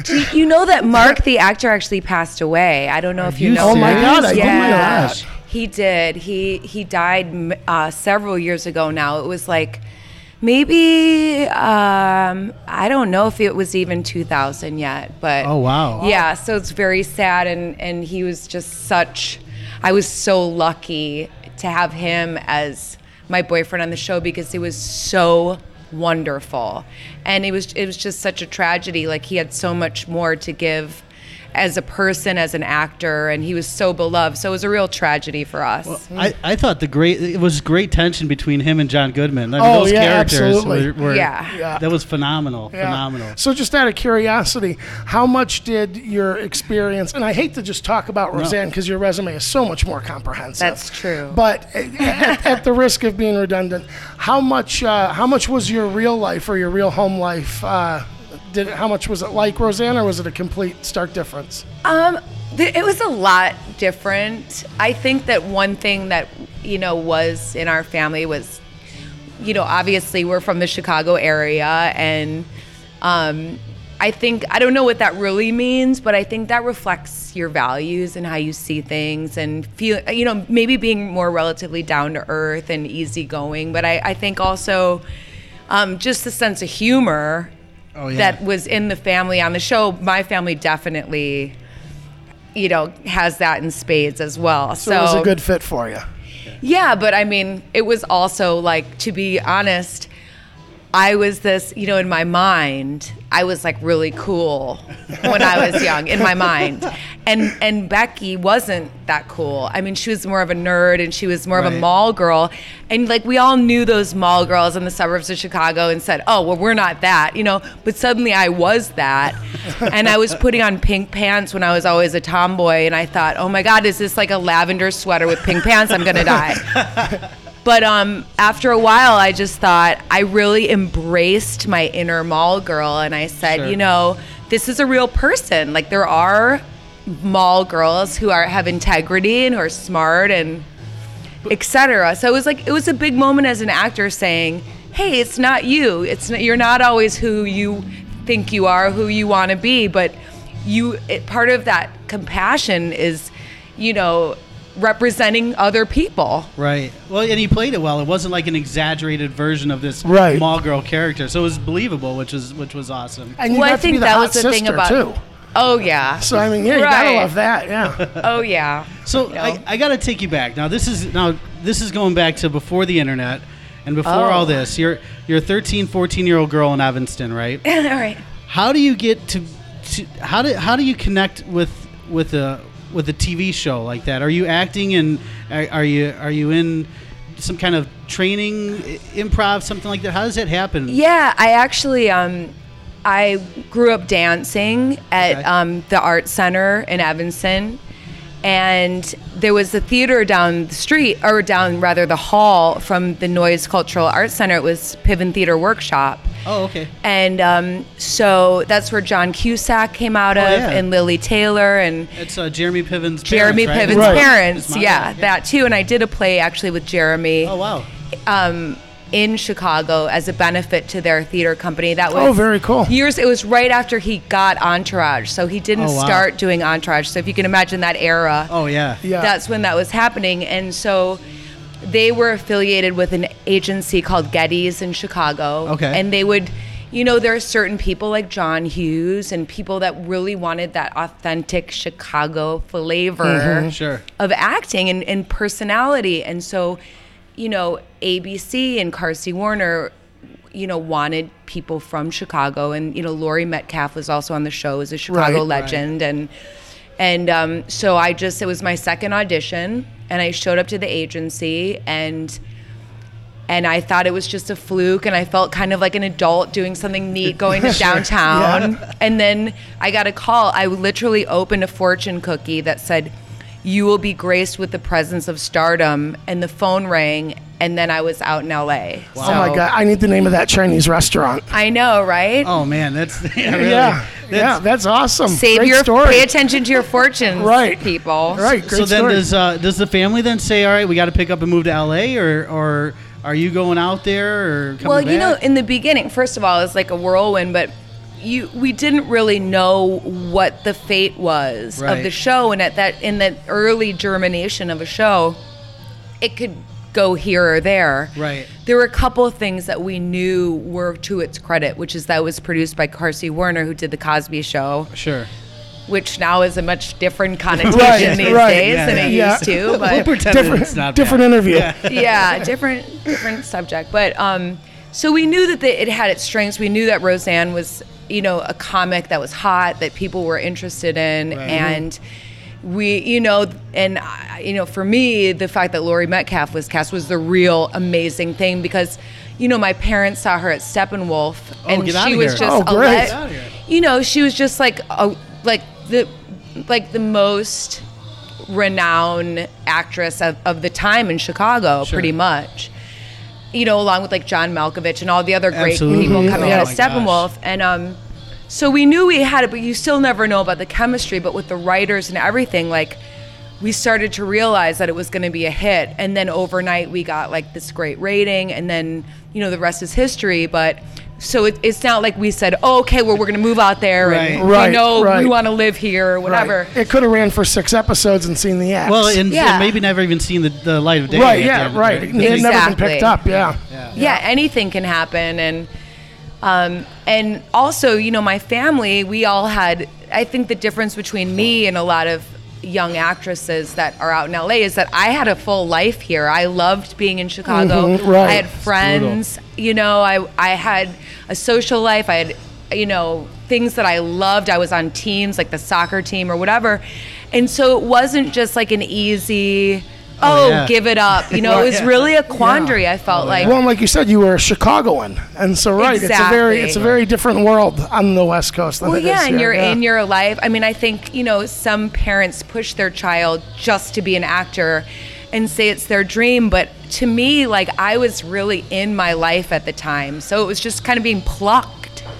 Speaker 10: do you know that Mark, the actor, actually passed away. I don't know if you,
Speaker 3: you
Speaker 10: know.
Speaker 3: Oh my
Speaker 10: that.
Speaker 3: God, I didn't know
Speaker 10: Yeah.
Speaker 3: that.
Speaker 10: He did. He he died m- uh, several years ago. Now it was like maybe um, I don't know if it was even 2000 yet, but
Speaker 3: Oh, wow.
Speaker 10: yeah. So it's very sad, and and he was just such. I was so lucky to have him as my boyfriend on the show because he was so wonderful, and it was it was just such a tragedy. Like he had so much more to give as a person, as an actor, and he was so beloved. So it was a real tragedy for us.
Speaker 3: I, I thought the great it was great tension between him and John Goodman. I mean,
Speaker 9: Oh,
Speaker 3: those
Speaker 9: yeah,
Speaker 3: characters
Speaker 9: absolutely.
Speaker 3: were, were
Speaker 10: Yeah.
Speaker 9: Yeah.
Speaker 3: that was phenomenal,
Speaker 9: Yeah.
Speaker 3: phenomenal.
Speaker 9: So just out of curiosity, how much did your experience? And I hate to just talk about Roseanne because your resume is so much more comprehensive.
Speaker 10: That's true.
Speaker 9: But at, at the risk of being redundant, how much uh, how much was your real life or your real home life? Uh, did how much was it like Roseanne, or was it a complete stark difference?
Speaker 10: Um, th- it was a lot different. I think that one thing that you know was in our family was, you know, obviously we're from the Chicago area, and um, I think I don't know what that really means, but I think that reflects your values and how you see things and feel. You know, maybe being more relatively down to earth and easygoing, but I, I think also um, just the sense of humor
Speaker 3: Oh, yeah.
Speaker 10: that was in the family on the show. My family definitely, you know, has that in spades as well. So,
Speaker 9: So, it was a good fit for you.
Speaker 10: yeah, but I mean, it was also like to be honest, I was this, you know, in my mind, I was like really cool when I was young in my mind. And and Becky wasn't that cool. I mean, she was more of a nerd and she was more of a
Speaker 3: Right.
Speaker 10: mall girl. And like we all knew those mall girls in the suburbs of Chicago and said, "Oh, well, we're not that," you know, but suddenly I was that. and I was putting on pink pants when I was always a tomboy and I thought, "Oh my god, is this like a lavender sweater with pink pants? I'm going to die." But um, after a while, I just thought I really embraced my inner mall girl, and I said,
Speaker 3: Sure.
Speaker 10: you know, this is a real person. Like there are mall girls who are have integrity and who are smart and etc. So it was like it was a big moment as an actor saying, hey, it's not you. It's not, you're not always who you think you are, who you want to be, but you it, part of that compassion is, you know, representing other people.
Speaker 3: Right. Well, and he played it well. It wasn't like an exaggerated version of this
Speaker 9: Right.
Speaker 3: mall girl character. So it was believable, which is which was awesome.
Speaker 9: And you
Speaker 10: Well, I
Speaker 9: got to be
Speaker 10: think
Speaker 9: the
Speaker 10: that
Speaker 9: hot
Speaker 10: was the
Speaker 9: sister
Speaker 10: thing about-
Speaker 9: too.
Speaker 10: Oh yeah.
Speaker 9: So I mean, yeah, you gotta
Speaker 10: Right.
Speaker 9: love that. Yeah.
Speaker 10: Oh yeah.
Speaker 3: So I, I got to take you back. Now this is now this is going back to before the internet and before
Speaker 10: Oh.
Speaker 3: all this. You're you're a 13, 14 year old girl in Evanston, right?
Speaker 10: All right.
Speaker 3: how do you get to, to how do how do you connect with with a with a TV show like that? Are you acting and are, are you are you in some kind of training, i- improv, something like that? How does that happen?
Speaker 10: Yeah, I actually um I grew up dancing at
Speaker 3: Okay.
Speaker 10: um the art center in Evanston. and there was a theater down the street, or down rather the hall from the Noise Cultural Arts Center. It was Piven Theater Workshop.
Speaker 3: Oh, okay.
Speaker 10: And um, so that's where John Cusack came out
Speaker 3: Oh,
Speaker 10: of,
Speaker 3: yeah.
Speaker 10: and Lily Taylor, and
Speaker 3: It's uh, Jeremy Piven's
Speaker 10: Jeremy
Speaker 3: parents,
Speaker 10: Piven's
Speaker 3: right?
Speaker 10: parents.
Speaker 3: His mom.
Speaker 10: Yeah, that too. And I did a play actually with Jeremy. Oh
Speaker 3: wow.
Speaker 10: Um, in Chicago as a benefit to their theater company. That was
Speaker 9: Oh, very cool.
Speaker 10: Years it was right after he got Entourage, so he didn't
Speaker 9: Oh, wow.
Speaker 10: start doing Entourage. So if you can imagine that era.
Speaker 3: Oh yeah.
Speaker 9: Yeah.
Speaker 10: That's when that was happening, and so. They were affiliated with an agency called Getty's in Chicago.
Speaker 11: Okay.
Speaker 10: And they would, you know, there are certain people like John Hughes and people that really wanted that authentic Chicago flavor
Speaker 9: Mm-hmm.
Speaker 3: Mhm. Sure.
Speaker 10: of acting and, and personality. And so, you know, ABC and Carsey Warner, you know, wanted people from Chicago. And, you know, Lori Metcalf was also on the show as a Chicago
Speaker 11: Right.
Speaker 10: legend. And, and um, so I just, it was my second audition and I showed up to the agency and, and I thought it was just a fluke, and I felt kind of like an adult doing something neat, going to
Speaker 11: Sure.
Speaker 10: downtown.
Speaker 11: Yeah.
Speaker 10: And then I got a call. I literally opened a fortune cookie that said, You will be graced with the presence of stardom. And the phone rang, and then I was out in LA.
Speaker 9: Oh my
Speaker 10: So-
Speaker 9: god! I need the name of that Chinese restaurant.
Speaker 10: I know, right?
Speaker 3: Oh man, that's yeah, really.
Speaker 9: Yeah, yeah, that's awesome.
Speaker 10: Save
Speaker 9: Great
Speaker 10: your
Speaker 9: story.
Speaker 10: pay attention to your fortunes, right. people.
Speaker 3: so then does uh, does the family then say, all right, we got to pick up and move to LA, or or are you going out there or coming
Speaker 10: well you know
Speaker 3: back?
Speaker 10: in the beginning first of all it was like a whirlwind but you we didn't really know what the fate was of the
Speaker 11: Right.
Speaker 10: show and at that in that early germination of a show it could go here or there
Speaker 3: right.
Speaker 10: there were a couple of things that we knew were to its credit which is that it was produced by carsey werner who did the cosby show
Speaker 3: Sure.
Speaker 10: which now is a much different connotation these days than it used to but
Speaker 9: different, different interview.
Speaker 10: yeah, different different subject. But um, so we knew that the, it had its strengths. We knew that Roseanne was, you know, a comic that was hot that people were interested in,
Speaker 11: Right.
Speaker 10: and we, you know, and I- you know, for me, the fact that Laurie Metcalf was cast was the real amazing thing because. You know, my parents saw her at Steppenwolf,
Speaker 11: Oh,
Speaker 10: and
Speaker 11: get
Speaker 10: she
Speaker 11: outta
Speaker 10: was
Speaker 11: here.
Speaker 10: just
Speaker 11: Oh,
Speaker 10: a
Speaker 11: great.
Speaker 10: le-
Speaker 11: Get outta here.
Speaker 10: you know, she was just like a, like the like the most renowned actress of, of the time in Chicago,
Speaker 11: Sure.
Speaker 10: pretty much. You know, along with like John Malkovich and all the other great
Speaker 11: Absolutely.
Speaker 10: people
Speaker 11: Mhm.
Speaker 10: coming
Speaker 11: Oh
Speaker 10: out of
Speaker 11: my gosh.
Speaker 10: Steppenwolf. And um, so we knew we had it, but you still never know about the chemistry. But with the writers and everything, like we started to realize that it was going to be a hit. And then overnight, we got like this great rating. And then, you know, the rest is history. But so it, it's not like we said, oh, okay, well, we're going to move out there
Speaker 9: Right.
Speaker 10: and
Speaker 9: Right,
Speaker 10: we know
Speaker 9: right.
Speaker 10: we want to live here or whatever.
Speaker 9: Right. It could have ran for six episodes and seen the ads.
Speaker 3: Well, and,
Speaker 10: Yeah.
Speaker 3: and maybe never even seen the, the light of day.
Speaker 9: Right,
Speaker 3: at
Speaker 9: yeah,
Speaker 3: the end,
Speaker 9: right. It had never been picked
Speaker 10: Exactly.
Speaker 9: up. Yeah.
Speaker 10: yeah, anything can happen and um, and also you know my family we all had i think the difference between me and a lot of young actresses that are out in la is that i had a full life here i loved being in chicago
Speaker 11: Mhm, right.
Speaker 10: i had
Speaker 11: It's brutal.
Speaker 10: friends you know i i had a social life i had you know things that i loved i was on teams like the soccer team or whatever and so it wasn't just like an easy
Speaker 9: Oh,
Speaker 10: oh,
Speaker 9: yeah.
Speaker 10: give it up you know
Speaker 9: Right.
Speaker 10: it was really a
Speaker 9: Yeah.
Speaker 10: quandary i felt like
Speaker 9: well, and like you said, you were a Chicagoan, and so right, it's a very,
Speaker 10: Exactly.
Speaker 9: it's a very different world on the West Coast than
Speaker 10: Well,
Speaker 9: it is
Speaker 10: yeah, and you're
Speaker 9: here, yeah.
Speaker 10: in your life. I mean, I think you know some parents push their child just to be an actor, and say it's their dream. But to me, like I was really in my life at the time, so it was just kind of being plucked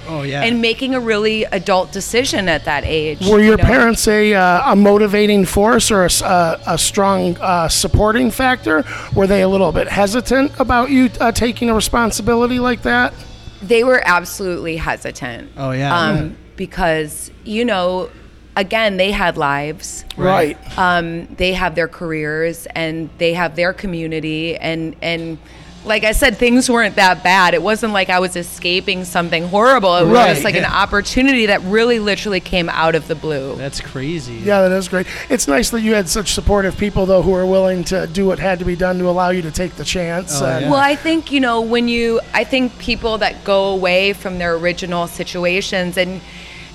Speaker 3: Oh yeah.
Speaker 10: and making a really adult decision at that age.
Speaker 9: Were
Speaker 10: you
Speaker 9: your
Speaker 10: know?
Speaker 9: parents a, uh, a motivating force or a, s- a- a strong uh, supporting factor? Were they a little bit hesitant about you uh, taking a responsibility like that?
Speaker 10: They were absolutely hesitant.
Speaker 9: Oh, yeah.
Speaker 10: Um, because you know, again, they had lives.
Speaker 9: Right.
Speaker 10: Um, they have their careers and they have their community and and. Like I said, things weren't that bad. It wasn't like I was escaping something horrible. It was
Speaker 9: Right.
Speaker 10: just like an opportunity that really literally came out of the blue.
Speaker 3: That's crazy.
Speaker 9: Yeah, that is great. It's nice that you had such supportive people, though, who were willing to do what had to be done to allow you to take the
Speaker 11: Oh,
Speaker 9: chance. and-
Speaker 10: Oh, Well, I think, you know, when you I think people that go away from their original situations and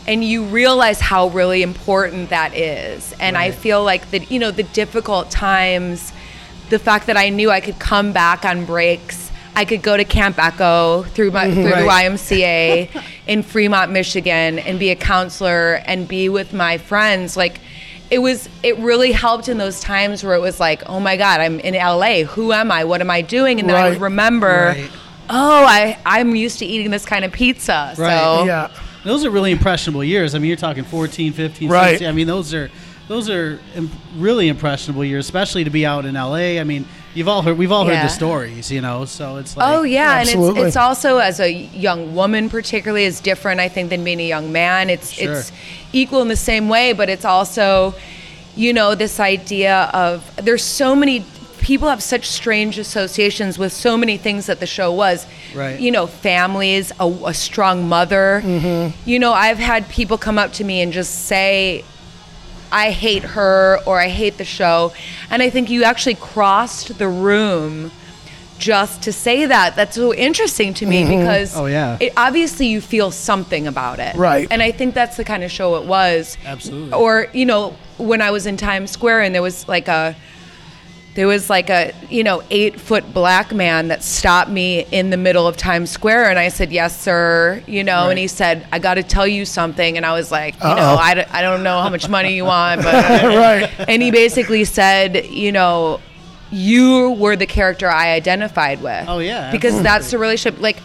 Speaker 10: and you realize how really important that is. And I
Speaker 11: Right.
Speaker 10: feel like that, you know, the difficult times, the fact that I knew I could come back on breaks, I could go to Camp Echo through my
Speaker 11: Mhm.
Speaker 10: through the
Speaker 11: Right.
Speaker 10: YMCA in Fremont, Michigan and be a counselor and be with my friends like it was it really helped in those times where it was like, oh my God, I'm in LA. Who am I? What am I doing? And then I would
Speaker 9: Right.
Speaker 10: remember,
Speaker 9: Right.
Speaker 10: oh, I I'm used to eating this kind of pizza. So
Speaker 3: Those are really impressionable years. I mean, you're talking 14, 15,
Speaker 10: Right.
Speaker 3: 16. I mean, those are those are im- really impressionable years, especially to be out in LA. I mean, you've all heard we've all heard
Speaker 10: Yeah.
Speaker 3: the stories, you know. So it's like
Speaker 10: Oh yeah, and it's, it's also as a young woman particularly is different I think than being a young man. It's
Speaker 3: Sure.
Speaker 10: it's equal in the same way, but it's also you know this idea of there's so many people have such strange associations with so many things that the show was.
Speaker 11: Right.
Speaker 10: You know, families, a, a strong mother. You know, I've had people come up to me and just say I hate her or I hate the show. And I think you actually crossed the room just to say that. That's so interesting to me
Speaker 3: Mhm.
Speaker 10: because
Speaker 3: Oh, yeah.
Speaker 10: it, obviously you feel something about it.
Speaker 3: Right.
Speaker 10: And I think that's the kind of show it was.
Speaker 3: Absolutely.
Speaker 10: Or, you know, when I was in Times Square and there was like a there was like a you know eight foot black man that stopped me in the middle of times square and i said yes sir you know and he said i got to tell you something and i was like you know
Speaker 11: Uh-oh.
Speaker 10: I, d- I don't know how much money you want but
Speaker 11: Right.
Speaker 10: and he basically said you know you were the character i identified with oh
Speaker 3: yeah,
Speaker 10: because
Speaker 3: absolutely.
Speaker 10: that's the relationship like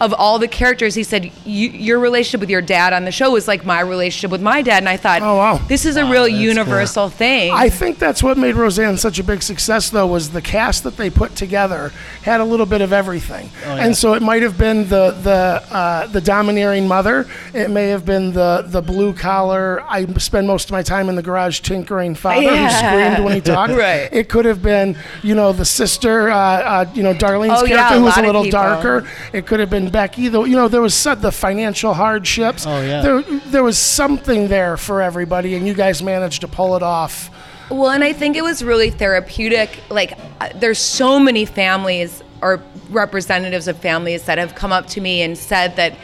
Speaker 10: of all the characters, he said, you, "Your relationship with your dad on the show was like my relationship with my dad," and I thought, "Oh wow, this is a real universal thing."
Speaker 9: I think that's what made Roseanne such a big success, though, was the cast that they put together had a little bit of everything,
Speaker 12: Oh, yeah.
Speaker 9: and so it might have been the the uh, the domineering mother. It may have been the the blue collar. I spend most of my time in the garage tinkering father
Speaker 12: Yeah.
Speaker 9: who screamed when he talked.
Speaker 12: Right.
Speaker 9: It could have been you know the sister, uh, uh, you know Darlene's
Speaker 12: Oh, yeah,
Speaker 9: character
Speaker 12: a
Speaker 9: who was a
Speaker 12: lot of
Speaker 9: little
Speaker 12: people.
Speaker 9: darker. It could have been Becky. Though you know there was su- the financial hardships.
Speaker 3: Oh, yeah.
Speaker 9: There there was something there for everybody, and you guys managed to pull it off.
Speaker 10: Well, and I think it was really therapeutic. Like, uh, there's so many families or representatives of families that have come up to me and said that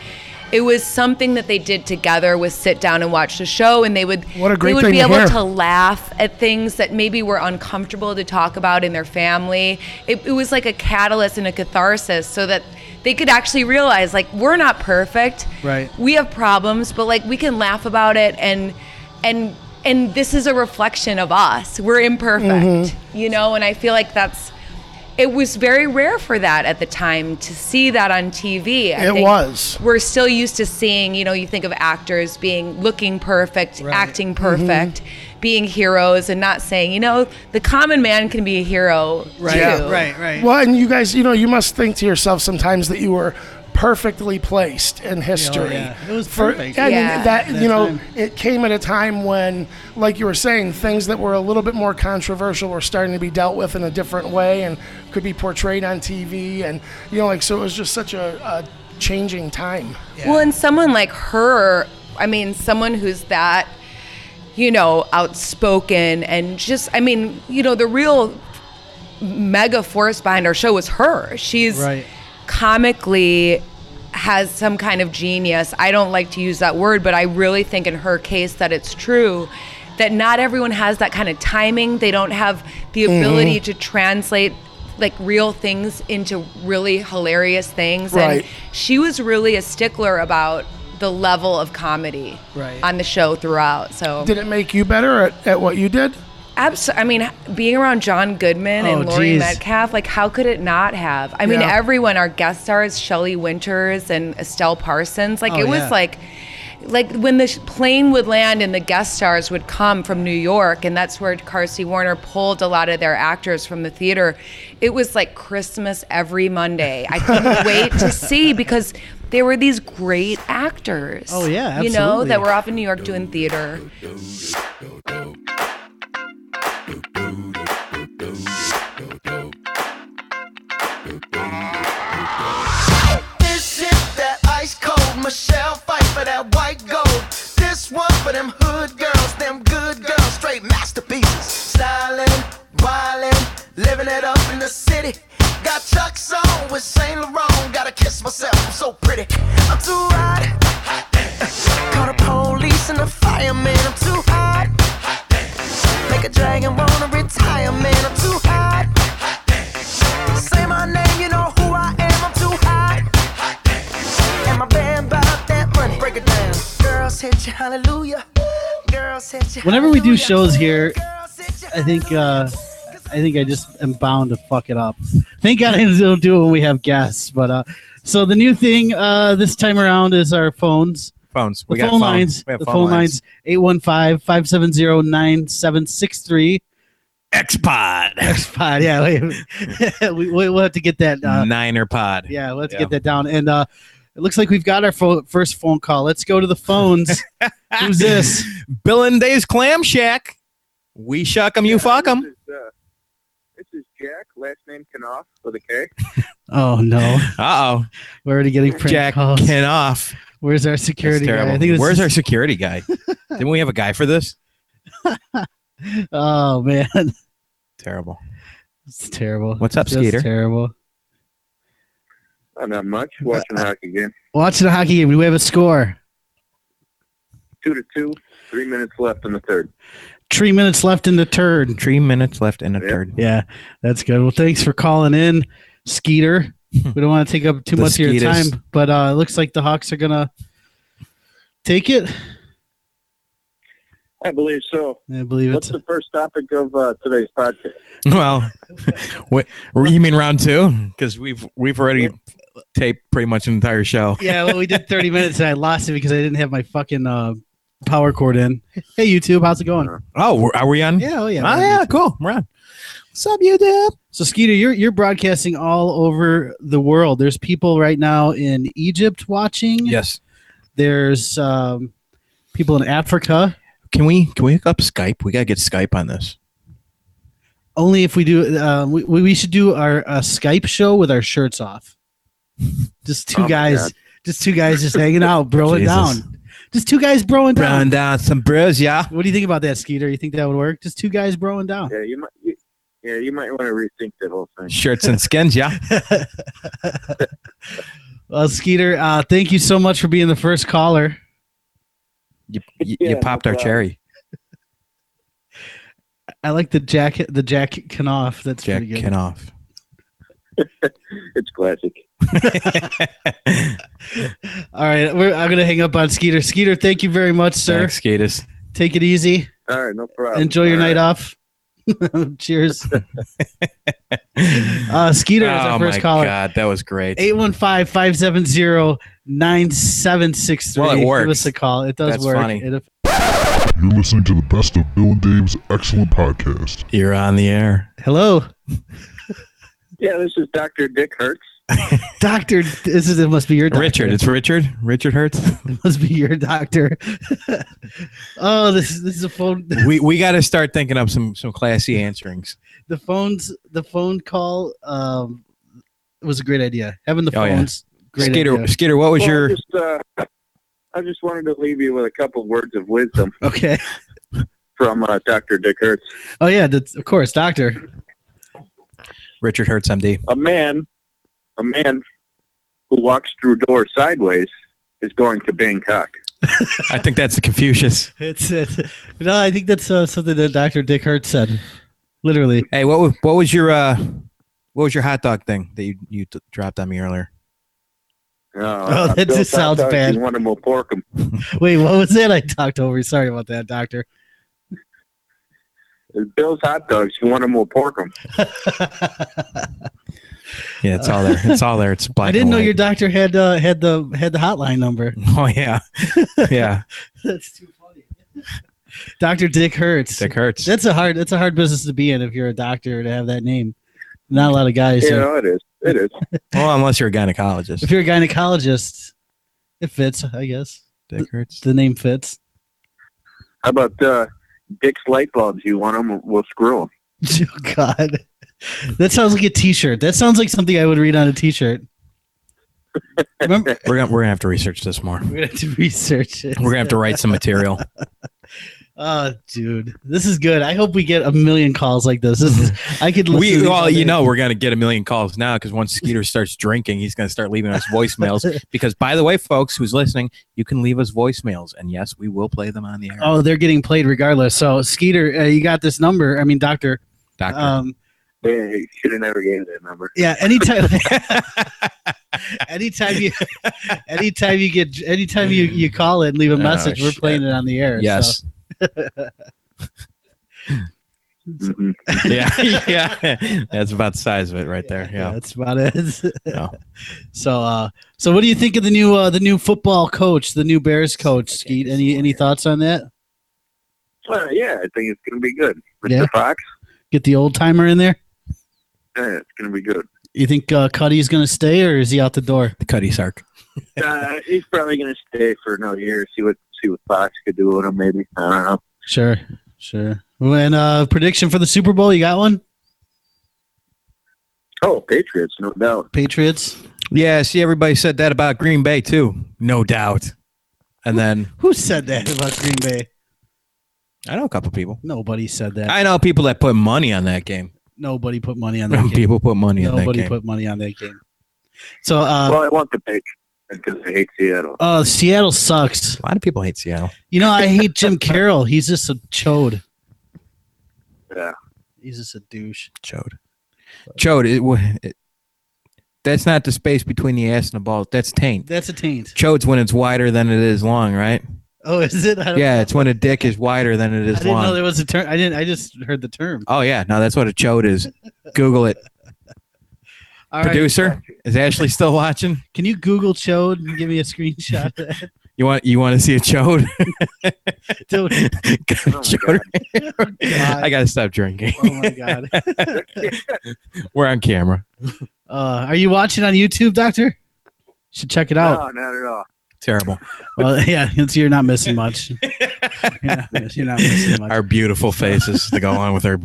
Speaker 10: it was something that they did together was sit down and watch the show and they would
Speaker 9: What a great
Speaker 10: they would
Speaker 9: thing
Speaker 10: be
Speaker 9: to
Speaker 10: able
Speaker 9: hear.
Speaker 10: to laugh at things that maybe were uncomfortable to talk about in their family it, it was like a catalyst and a catharsis so that they could actually realize like we're not perfect
Speaker 3: right.
Speaker 10: we have problems but like we can laugh about it and and and this is a reflection of us we're imperfect
Speaker 11: Mhm.
Speaker 9: Mm-hmm.
Speaker 10: you know and i feel like that's it was very rare for that at the time to see that on tv I
Speaker 9: It
Speaker 10: think
Speaker 9: was.
Speaker 10: we're still used to seeing you know you think of actors being looking perfect acting
Speaker 9: Mm-hmm.
Speaker 10: perfect being heroes and not saying you know the common man can be a hero
Speaker 3: Right,
Speaker 10: too.
Speaker 3: Yeah. right, right.
Speaker 9: Well, and you guys, you know, you must think to yourself sometimes that you were perfectly placed in history.
Speaker 3: Oh, yeah. It was
Speaker 9: For-
Speaker 3: perfect.
Speaker 9: I mean,
Speaker 3: Yeah.
Speaker 9: that
Speaker 3: That
Speaker 9: you know,
Speaker 3: time.
Speaker 9: it came at a time when, like you were saying, things that were a little bit more controversial were starting to be dealt with in a different way and could be portrayed on TV, and you know, like so, it was just such a, a changing time.
Speaker 10: Well, and someone like her, I mean, someone who's that, you know, outspoken and just, I mean, you know, the real mega force behind our show is her. She's
Speaker 11: Right.
Speaker 10: comically has some kind of genius. I don't like to use that word, but I really think in her case that it's true that not everyone has that kind of timing. They don't have the
Speaker 11: Mhm.
Speaker 10: ability to translate like real things into really hilarious things
Speaker 11: Right.
Speaker 10: and she was really a stickler about the level of comedy
Speaker 9: Right.
Speaker 10: on the show throughout. So
Speaker 9: Did it make you better at, at what you did?
Speaker 10: Abso- I mean, being around John Goodman
Speaker 9: Oh,
Speaker 10: and Laurie
Speaker 9: geez.
Speaker 10: Metcalf, like, how could it not have? I mean,
Speaker 11: Yeah.
Speaker 10: everyone, our guest stars, Shelley Winters and Estelle Parsons, like,
Speaker 11: Oh,
Speaker 10: it was
Speaker 11: yeah.
Speaker 10: like, like when the sh- plane would land and the guest stars would come from New York, and that's where Carsey Warner pulled a lot of their actors from the theater. It was like Christmas every Monday. I couldn't wait to see because they were these great actors.
Speaker 11: Oh, yeah,
Speaker 10: you know
Speaker 11: absolutely.
Speaker 10: that were off in New York doing theater.
Speaker 2: This is that ice cold Michelle fight for that white gold. This one for them hood girls, them good girls, straight masterpieces. Stylin', wildin', living it up in the city. Got Chuck's on with Saint Laurent. Gotta kiss myself, I'm so pretty. I'm too hot. Call the police and the fireman. I'm too hot. Make a dragon wanna retire, man. I'm too hot. Say my name, you know who I am. I'm too hot. And my band bought that money. Break it down. Girls hit you, hallelujah.
Speaker 3: Whenever we do shows here, I think uh, I think I just am bound to fuck it up. Thank God I don't do it when we have guests. But uh, so the new thing uh, this time around is our phones.
Speaker 5: Phones.
Speaker 3: The
Speaker 5: We got
Speaker 3: phone lines.
Speaker 5: phones. We have
Speaker 3: the
Speaker 5: phone
Speaker 3: phone
Speaker 5: lines.
Speaker 3: lines. 815-570-9763.
Speaker 5: X-Pod.
Speaker 3: X-Pod, yeah. we, we, we'll have to get that. Uh,
Speaker 5: Niner pod.
Speaker 3: Yeah, let's get that down. And uh, it looks like we've got our pho- first phone call. Let's go to the phones. Who's this?
Speaker 5: Bill and Dave's Clam Shack. We shuck 'em, you fuck 'em.
Speaker 11: This, uh, this is Jack, last name Knopf with a K.
Speaker 3: Oh no.
Speaker 5: Uh oh.
Speaker 3: We're already getting prank
Speaker 5: Jack
Speaker 3: calls.
Speaker 5: Ken off.
Speaker 3: Where's our security guy?
Speaker 5: terrible.
Speaker 3: I think this
Speaker 5: Where's
Speaker 3: is-
Speaker 5: our security guy? Didn't we have a guy for this?
Speaker 3: Oh man,
Speaker 5: Terrible.
Speaker 3: it's terrible.
Speaker 5: What's up,
Speaker 3: Just
Speaker 5: Skeeter?
Speaker 3: Terrible.
Speaker 11: Oh, not much. Watching hockey game.
Speaker 3: Watching a hockey game. Do we have a score?
Speaker 11: Two to two. Three minutes left in the third.
Speaker 3: Three minutes left in the turd.
Speaker 5: Three minutes left in the turd.
Speaker 3: Yeah, that's good. Well, thanks for calling in, Skeeter. we don't want to take up too
Speaker 5: The
Speaker 3: much of your
Speaker 5: Skeeters.
Speaker 3: time, but uh, it looks like the Hawks are gonna take it.
Speaker 11: I believe so.
Speaker 3: I believe
Speaker 11: What's
Speaker 3: it's
Speaker 11: the first topic of uh, today's podcast?
Speaker 5: Well, what, you mean round two? Because we've we've already taped pretty much an entire show.
Speaker 3: yeah. Well, we did 30 minutes and I lost it because I didn't have my fucking uh, power cord in. Hey, YouTube, how's it going?
Speaker 5: Oh, we're- are we on?
Speaker 3: Yeah, oh yeah.
Speaker 5: Oh, yeah, cool. We're on. What's up, YouTube?
Speaker 3: So Skeeter, you're you're broadcasting all over the world. There's people right now in Egypt watching.
Speaker 5: Yes.
Speaker 3: There's um, people in Africa.
Speaker 5: Can we can we hook up Skype? We gotta get Skype on this.
Speaker 3: Only if we do, uh, we we should do our uh, Skype show with our shirts off. Just two
Speaker 5: Oh, my
Speaker 3: guys,
Speaker 5: God.
Speaker 3: just two guys, just hanging out, broing
Speaker 5: Jesus.
Speaker 3: down. Just two guys broing down.
Speaker 5: Brown down some bros, yeah.
Speaker 3: What do you think about that, Skeeter? You think that would work? Just two guys broing down.
Speaker 11: Yeah, you might. You, yeah, you might want to rethink that whole thing.
Speaker 5: Shirts and skins, yeah.
Speaker 3: Well, Skeeter, uh, thank you so much for being the first caller.
Speaker 5: You, you,
Speaker 3: Yeah,
Speaker 5: you
Speaker 3: no
Speaker 5: popped our
Speaker 3: problem.
Speaker 5: cherry.
Speaker 3: I like the Jack the Jack Knopf. That's
Speaker 5: Jack
Speaker 3: pretty good.
Speaker 5: Kenoff.
Speaker 11: It's classic.
Speaker 3: All right, we're, I'm gonna hang up on Skeeter. Skeeter, thank you very much, sir.
Speaker 5: Thanks, Gatus.
Speaker 3: Take it easy.
Speaker 11: All right, no problem.
Speaker 3: Enjoy your
Speaker 11: All right.
Speaker 3: night off. Cheers. uh, Skeeter is our
Speaker 5: oh
Speaker 3: first
Speaker 5: my
Speaker 3: caller.
Speaker 5: god, that was great.
Speaker 3: 815-570-9763.
Speaker 5: Well, it
Speaker 3: Give
Speaker 5: works.
Speaker 3: us a call. It does
Speaker 5: That's
Speaker 3: work.
Speaker 5: funny.
Speaker 3: It-
Speaker 1: You're listening to the best of Bill and Dave's excellent podcast.
Speaker 5: You're on the air.
Speaker 3: Hello,
Speaker 11: Yeah, this is Doctor Dick Hertz.
Speaker 3: doctor. This is it. Must be your doctor.
Speaker 5: Richard. It's Richard. Richard Hertz.
Speaker 3: It must be your doctor. oh, this this is a phone.
Speaker 5: we we got to start thinking up some some classy answerings.
Speaker 3: the phones the phone call um was a great idea having the
Speaker 5: Oh, yeah.
Speaker 3: phones great
Speaker 5: Skeeter,
Speaker 3: idea.
Speaker 5: Skeeter, what was
Speaker 11: Well,
Speaker 5: your?
Speaker 11: I just, uh, I just wanted to leave you with a couple words of wisdom
Speaker 3: okay
Speaker 11: from uh, Doctor Dick Hertz.
Speaker 3: oh yeah that's, of course doctor
Speaker 5: Richard Hertz, MD.
Speaker 11: a man, a man who walks through doors sideways is going to Bangkok.
Speaker 5: I think that's the Confucius.
Speaker 3: it's it no i think that's uh, something that dr dick hurt said literally
Speaker 5: Hey, what wa- what was your uh, what was your hot dog thing that you you t- dropped on me earlier?
Speaker 11: Oh,
Speaker 3: that just sounds bad.
Speaker 11: You want to pork 'em.
Speaker 3: wait what was that i talked over you. sorry about that doctor
Speaker 11: Bill's hot dogs. You want 'em, we'll pork 'em.
Speaker 5: Yeah, it's all there. It's all there. It's black.
Speaker 3: i didn't
Speaker 5: and
Speaker 3: know
Speaker 5: white.
Speaker 3: your doctor had uh, had the had the hotline number
Speaker 5: Oh yeah, yeah.
Speaker 3: that's too funny dr dick hurts
Speaker 5: Dick Hertz.
Speaker 3: that's a hard that's a hard business to be in if you're a doctor to have that name not a lot of guys
Speaker 11: You
Speaker 3: are-
Speaker 11: know it is. It is.
Speaker 5: Well, unless you're a gynecologist,
Speaker 3: If you're a gynecologist, it fits, I guess.
Speaker 5: Dick Hertz.
Speaker 3: The name fits.
Speaker 11: How about uh, Dick's light bulbs? You want 'em, We'll screw 'em.
Speaker 3: Oh God, that sounds like a T-shirt. That sounds like something I would read on a T-shirt. Remember,
Speaker 5: We're gonna we're gonna have to research this more.
Speaker 3: we're gonna have to research it.
Speaker 5: We're gonna have to write some material.
Speaker 3: Oh, dude, this is good. I hope we get a million calls like this. This is. I could. listen to
Speaker 5: We
Speaker 3: these
Speaker 5: well,
Speaker 3: all day.
Speaker 5: you know, we're gonna get a million calls now because once Skeeter starts drinking, he's gonna start leaving us voicemails. because by the way, folks who's listening, you can leave us voicemails, and yes, we will play them on the air.
Speaker 3: Oh, they're getting played regardless. So Skeeter, uh, you got this number. I mean, Doctor.
Speaker 5: Doctor.
Speaker 3: Um,
Speaker 11: Yeah, you should have never gave that number.
Speaker 3: Yeah, anytime. anytime you, anytime you get, anytime you, you call it and leave a
Speaker 5: Oh,
Speaker 3: message, we're playing it on the air.
Speaker 5: yes.
Speaker 3: so.
Speaker 5: yeah, yeah. That's about the size of it right there. Yeah.
Speaker 3: that's about it. So, uh, so what do you think of the new uh, the new football coach, the new Bears coach, Skeet? Any any thoughts on that?
Speaker 11: Well, yeah, I think it's going to be good. Mr.
Speaker 3: Yeah.
Speaker 11: Fox,
Speaker 3: Get the old timer in there.
Speaker 11: yeah, it's going to be good.
Speaker 3: You think uh, Cuddy's going to stay or is he out the door? The
Speaker 5: Cuddy Sark.
Speaker 11: Uh, he's probably going to stay for another year. See what see what Fox could do with him. Maybe I don't know.
Speaker 3: Sure, sure. When uh, prediction for the Super Bowl, you got one?
Speaker 11: Oh, Patriots, no doubt.
Speaker 3: Patriots.
Speaker 5: Yeah. See, everybody said that about Green Bay too. No doubt. And then
Speaker 3: Who said that about Green Bay?
Speaker 5: I know a couple people.
Speaker 3: Nobody said that.
Speaker 5: I know people that put money on that game.
Speaker 3: Nobody put money on that game.
Speaker 5: People put money on that
Speaker 3: Nobody
Speaker 5: game.
Speaker 3: put money on that game. So, uh,
Speaker 11: well, I want the Patriots because I hate Seattle.
Speaker 3: oh, Seattle sucks.
Speaker 5: A lot of people hate Seattle.
Speaker 3: You know, I hate Jim Carroll. He's just a chode.
Speaker 11: Yeah.
Speaker 3: He's just a douche.
Speaker 5: Chode. Chode. It, wa- it, that's not the space between the ass and the balls. That's taint.
Speaker 3: That's a taint.
Speaker 5: Chode's when it's wider than it is long, right?
Speaker 3: Oh, is it? I don't
Speaker 5: Yeah, it's when a dick is wider than it
Speaker 3: I
Speaker 5: is
Speaker 3: didn't know
Speaker 5: long.
Speaker 3: there was a term. I didn't. I just heard the term.
Speaker 5: Oh yeah, no, that's what a chode is. Google it.
Speaker 3: All right.
Speaker 5: Producer, is Ashley still watching?
Speaker 3: Can you Google chode and give me a screenshot? Of that?
Speaker 5: You want you want to see a chode?
Speaker 3: Dude,
Speaker 5: Chode. I gotta stop drinking.
Speaker 3: oh my god.
Speaker 5: We're on camera.
Speaker 3: Uh, are you watching on YouTube, Doctor? Should check it out.
Speaker 11: No, not at all.
Speaker 5: Terrible.
Speaker 3: Well, yeah, it's- you're not missing much. you're, not, miss- you're not missing much.
Speaker 5: Our beautiful faces to go on with our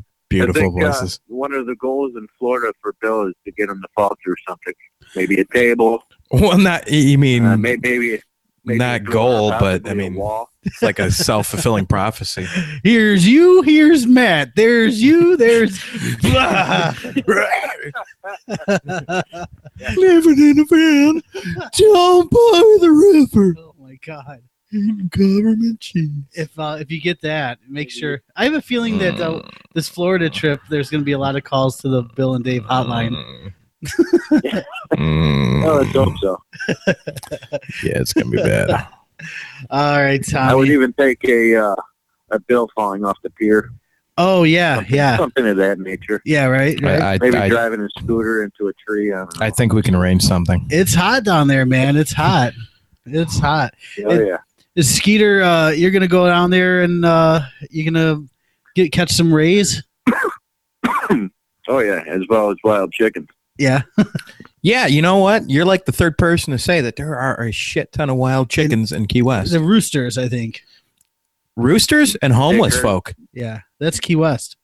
Speaker 5: beautiful
Speaker 11: I think, uh,
Speaker 5: voices.
Speaker 11: one of the goals in Florida for Bill is to get him to fall through something. Maybe a table.
Speaker 5: well, not you mean
Speaker 11: Uh, maybe, maybe, maybe
Speaker 5: not
Speaker 11: a door,
Speaker 5: goal, but
Speaker 11: possibly
Speaker 5: I
Speaker 11: a
Speaker 5: mean
Speaker 11: wall.
Speaker 5: it's like a self fulfilling prophecy.
Speaker 3: Here's you. Here's Matt. There's you. There's.
Speaker 5: Living in a van, down by the river,
Speaker 3: oh my god.
Speaker 5: eating government cheese.
Speaker 3: if uh, if you get that, make sure. I have a feeling that
Speaker 11: Mm,
Speaker 3: uh,
Speaker 5: Mm.
Speaker 3: this Florida trip, there's going to be a lot of calls to the Bill and Dave hotline.
Speaker 5: Mm.
Speaker 11: Oh, let's hope so.
Speaker 5: Yeah, it's gonna be bad.
Speaker 3: All right,
Speaker 11: I would
Speaker 3: Tommy.
Speaker 11: even take a uh, a bill falling off the pier.
Speaker 3: Oh yeah, yeah,
Speaker 11: Something of that nature.
Speaker 3: yeah. Right, right.
Speaker 5: I,
Speaker 11: Maybe
Speaker 5: I, I,
Speaker 11: driving a scooter into a tree. uh, I don't know.
Speaker 5: I think we can arrange something.
Speaker 3: It's hot down there, man. It's hot. It's hot.
Speaker 11: oh yeah.
Speaker 3: Is Skeeter, uh, you're going to go down there and uh, you're going to get catch some rays.
Speaker 11: Oh yeah. As well as wild chickens.
Speaker 3: Yeah,
Speaker 5: Yeah, you know what? You're like the third person to say that there are a shit ton of wild chickens in Key West.
Speaker 3: the roosters, I think.
Speaker 5: Roosters and homeless
Speaker 11: Dickers.
Speaker 5: folk.
Speaker 3: Yeah, that's Key West.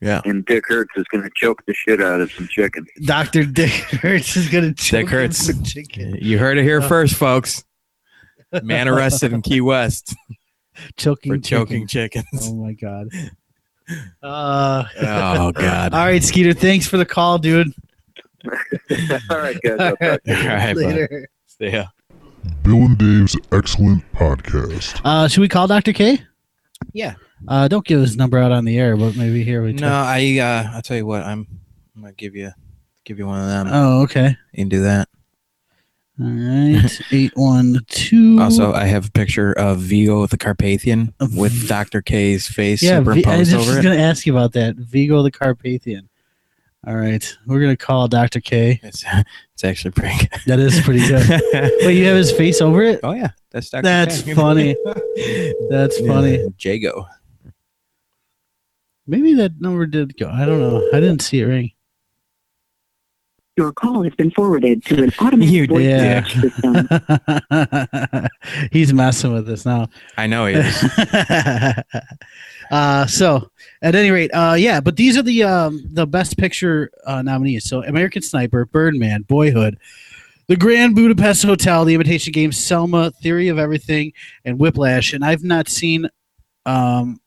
Speaker 11: And Dick Hertz is going to choke the shit out of some chicken.
Speaker 3: Doctor Dick Hertz is going to
Speaker 5: Dick Hertz. You heard it
Speaker 3: Uh,
Speaker 5: here first, folks. Man arrested in Key West
Speaker 3: choking
Speaker 5: for choking
Speaker 3: chicken.
Speaker 5: chickens.
Speaker 3: Oh my god. Uh,
Speaker 5: Oh God!
Speaker 3: All right, Skeeter. Thanks for the call, dude.
Speaker 11: All right, guys. I'll talk to you.
Speaker 5: All right, bud.
Speaker 3: Later.
Speaker 5: See ya.
Speaker 1: Bill and Dave's excellent podcast.
Speaker 3: Uh, should we call Dr. K?
Speaker 5: Yeah.
Speaker 3: Uh, don't give his number out on the air, but maybe here we
Speaker 5: No, I uh, I'll tell you what. I'm I'm gonna give you give you one of them.
Speaker 3: Oh, okay.
Speaker 5: you can do that.
Speaker 3: All right. Eight one two.
Speaker 5: Also, I have a picture of Vigo the Carpathian with Dr. K's face
Speaker 3: yeah. V- I was
Speaker 5: superimposed
Speaker 3: just
Speaker 5: over it.
Speaker 3: gonna ask you about that. Vigo the Carpathian. All right, we're gonna call Dr. K.
Speaker 5: It's, it's actually pretty good.
Speaker 3: That is pretty good. Wait, you have his face over it?
Speaker 5: oh yeah, that's Dr.
Speaker 3: That's
Speaker 5: K.
Speaker 3: funny. That's funny.
Speaker 5: Jago.
Speaker 3: Maybe that number did go. I don't know. I didn't see it ring.
Speaker 12: Your call has been forwarded to an automated
Speaker 5: You
Speaker 12: voice
Speaker 3: dick.
Speaker 12: message system.
Speaker 3: He's messing with us now.
Speaker 5: I know he is.
Speaker 3: uh, so at any rate, uh, yeah, but these are the um, the best picture uh, nominees. So American Sniper, Birdman, Boyhood, The Grand Budapest Hotel, The Imitation Game, Selma, Theory of Everything, and Whiplash. And I've not seen um,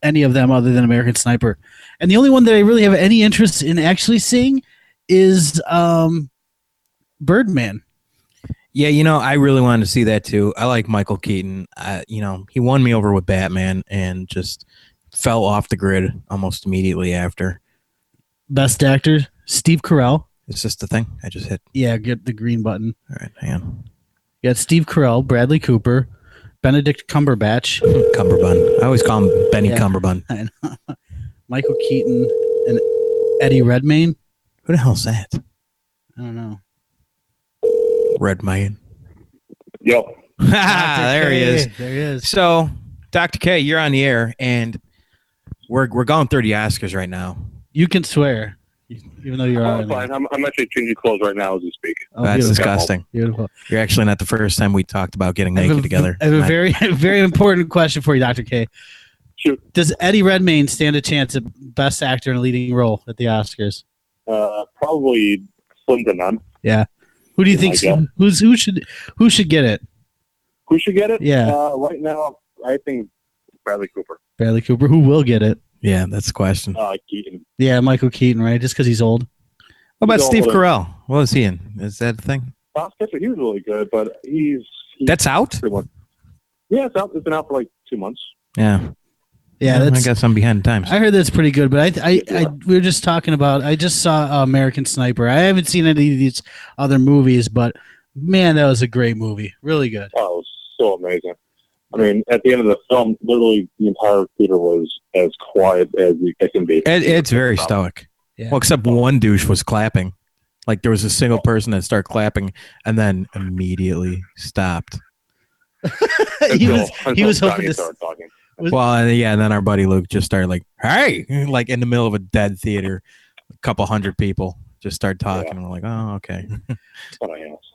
Speaker 3: any of them other than American Sniper. And the only one that I really have any interest in actually seeing is um, Birdman.
Speaker 5: Yeah, you know, I really wanted to see that too. I like Michael Keaton. I, you know, he won me over with Batman and just fell off the grid almost immediately after.
Speaker 3: Best actor, Steve Carell.
Speaker 5: It's just the thing I just hit.
Speaker 3: Yeah, get the green button.
Speaker 5: All right, hang on.
Speaker 3: You got Steve Carell, Bradley Cooper, Benedict Cumberbatch,
Speaker 5: Cumberbund. I always call him Benny
Speaker 3: Yeah.
Speaker 5: Cumberbund.
Speaker 3: I know. Michael Keaton, and Eddie Redmayne.
Speaker 5: Who the hell's that?
Speaker 3: I don't know.
Speaker 5: Redmayne.
Speaker 11: Yo.
Speaker 5: there he
Speaker 3: K.
Speaker 5: is.
Speaker 3: There he is.
Speaker 5: So, Dr. K, you're on the air, and we're we're going through the Oscars right now.
Speaker 3: You can swear, even though you're uh,
Speaker 11: I'm
Speaker 3: on.
Speaker 11: fine. I'm, I'm actually changing clothes right now as we speak.
Speaker 5: That's disgusting.
Speaker 3: Oh, Beautiful.
Speaker 5: You're actually not the first time we talked about getting
Speaker 3: I have
Speaker 5: naked
Speaker 3: a-
Speaker 5: together.
Speaker 3: I have a
Speaker 5: tonight.
Speaker 3: very, very important question for you, Dr. K. Does Eddie Redmayne stand a chance at Best Actor in a Leading Role at the Oscars?
Speaker 11: Uh, probably slim to none.
Speaker 3: Yeah. Who do you
Speaker 11: Oh
Speaker 3: think?
Speaker 11: my God.
Speaker 3: Who's who should who should get it?
Speaker 11: Who should get it?
Speaker 3: Yeah.
Speaker 11: Uh, right now, I think Bradley Cooper.
Speaker 3: Bradley Cooper. Who will get it?
Speaker 5: Yeah, that's the
Speaker 3: Hmm.
Speaker 5: question.
Speaker 11: Uh, Keaton.
Speaker 3: Yeah, Michael Keaton, right? Just because he's old.
Speaker 5: What about
Speaker 11: He's
Speaker 5: Steve
Speaker 11: all-
Speaker 5: Carell? What was he in? Is that a thing?
Speaker 11: Bob Skipper, he was really good, but he's. he's
Speaker 5: That's out.
Speaker 11: pretty much- Yeah, it's out. It's been out for like two months.
Speaker 5: Yeah.
Speaker 3: Yeah,
Speaker 5: I
Speaker 3: that's-
Speaker 5: guess I'm behind the times.
Speaker 3: I heard that's pretty good, but I, I, I we were just talking about. I just saw uh, American Sniper. I haven't seen any of these other movies, but man, that was a great movie. Really good.
Speaker 11: Oh, it was so amazing. I mean, at the end of the film, literally the entire theater was as quiet as it can be.
Speaker 5: It, it's very stoic.
Speaker 3: Yeah.
Speaker 5: Well, except one douche was clapping. Like there was a single person that started clapping and then immediately stopped.
Speaker 3: he was he was
Speaker 11: Until
Speaker 3: hoping
Speaker 11: Johnny
Speaker 3: to.
Speaker 11: started talking.
Speaker 3: Was-
Speaker 5: well, and yeah, and then our buddy Luke just started like, "Hey!" Like in the middle of a dead theater, a couple hundred people just start talking. and We're like, "Oh, okay."
Speaker 11: That's what I asked.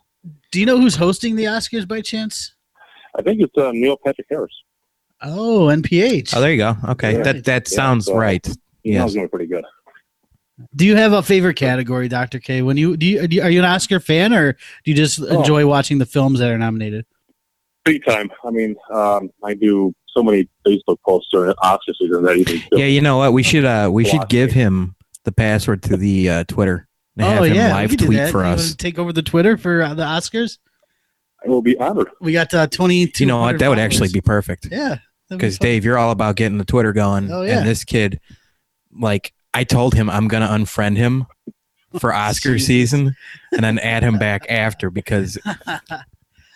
Speaker 3: Do you know who's hosting the Oscars by chance?
Speaker 11: I think it's uh, Neil Patrick Harris.
Speaker 3: Oh, NPH.
Speaker 5: Oh, there you go. Okay,
Speaker 11: Yeah.
Speaker 5: that that
Speaker 11: Yeah,
Speaker 5: sounds
Speaker 11: so-
Speaker 5: right.
Speaker 11: He
Speaker 5: Yes.
Speaker 11: knows me pretty good.
Speaker 3: Do you have a favorite category, Doctor K? When you do, you, do you- are you an Oscar fan, or do you just
Speaker 11: Oh.
Speaker 3: enjoy watching the films that are nominated?
Speaker 11: Big time. I mean, um, I do so many Facebook posts during Oscar season that even
Speaker 5: Yeah, you know what? We should uh we should
Speaker 11: Philosophy.
Speaker 5: give him the password to the uh, Twitter and have
Speaker 3: oh
Speaker 5: him
Speaker 3: yeah, we
Speaker 5: live
Speaker 3: could do
Speaker 5: tweet
Speaker 3: that.
Speaker 5: for
Speaker 3: You wanna
Speaker 5: us.
Speaker 3: Take over the Twitter for uh, the Oscars.
Speaker 11: I will be honored.
Speaker 3: We got uh, twenty.
Speaker 5: You know what? That would actually be perfect.
Speaker 3: Yeah. that'd be
Speaker 5: because
Speaker 3: fun.
Speaker 5: Dave, you're all about getting the Twitter going,
Speaker 3: Oh, yeah.
Speaker 5: and this kid, like, I told him I'm gonna unfriend him for Oscar
Speaker 3: Jesus.
Speaker 5: season, and then add him back after because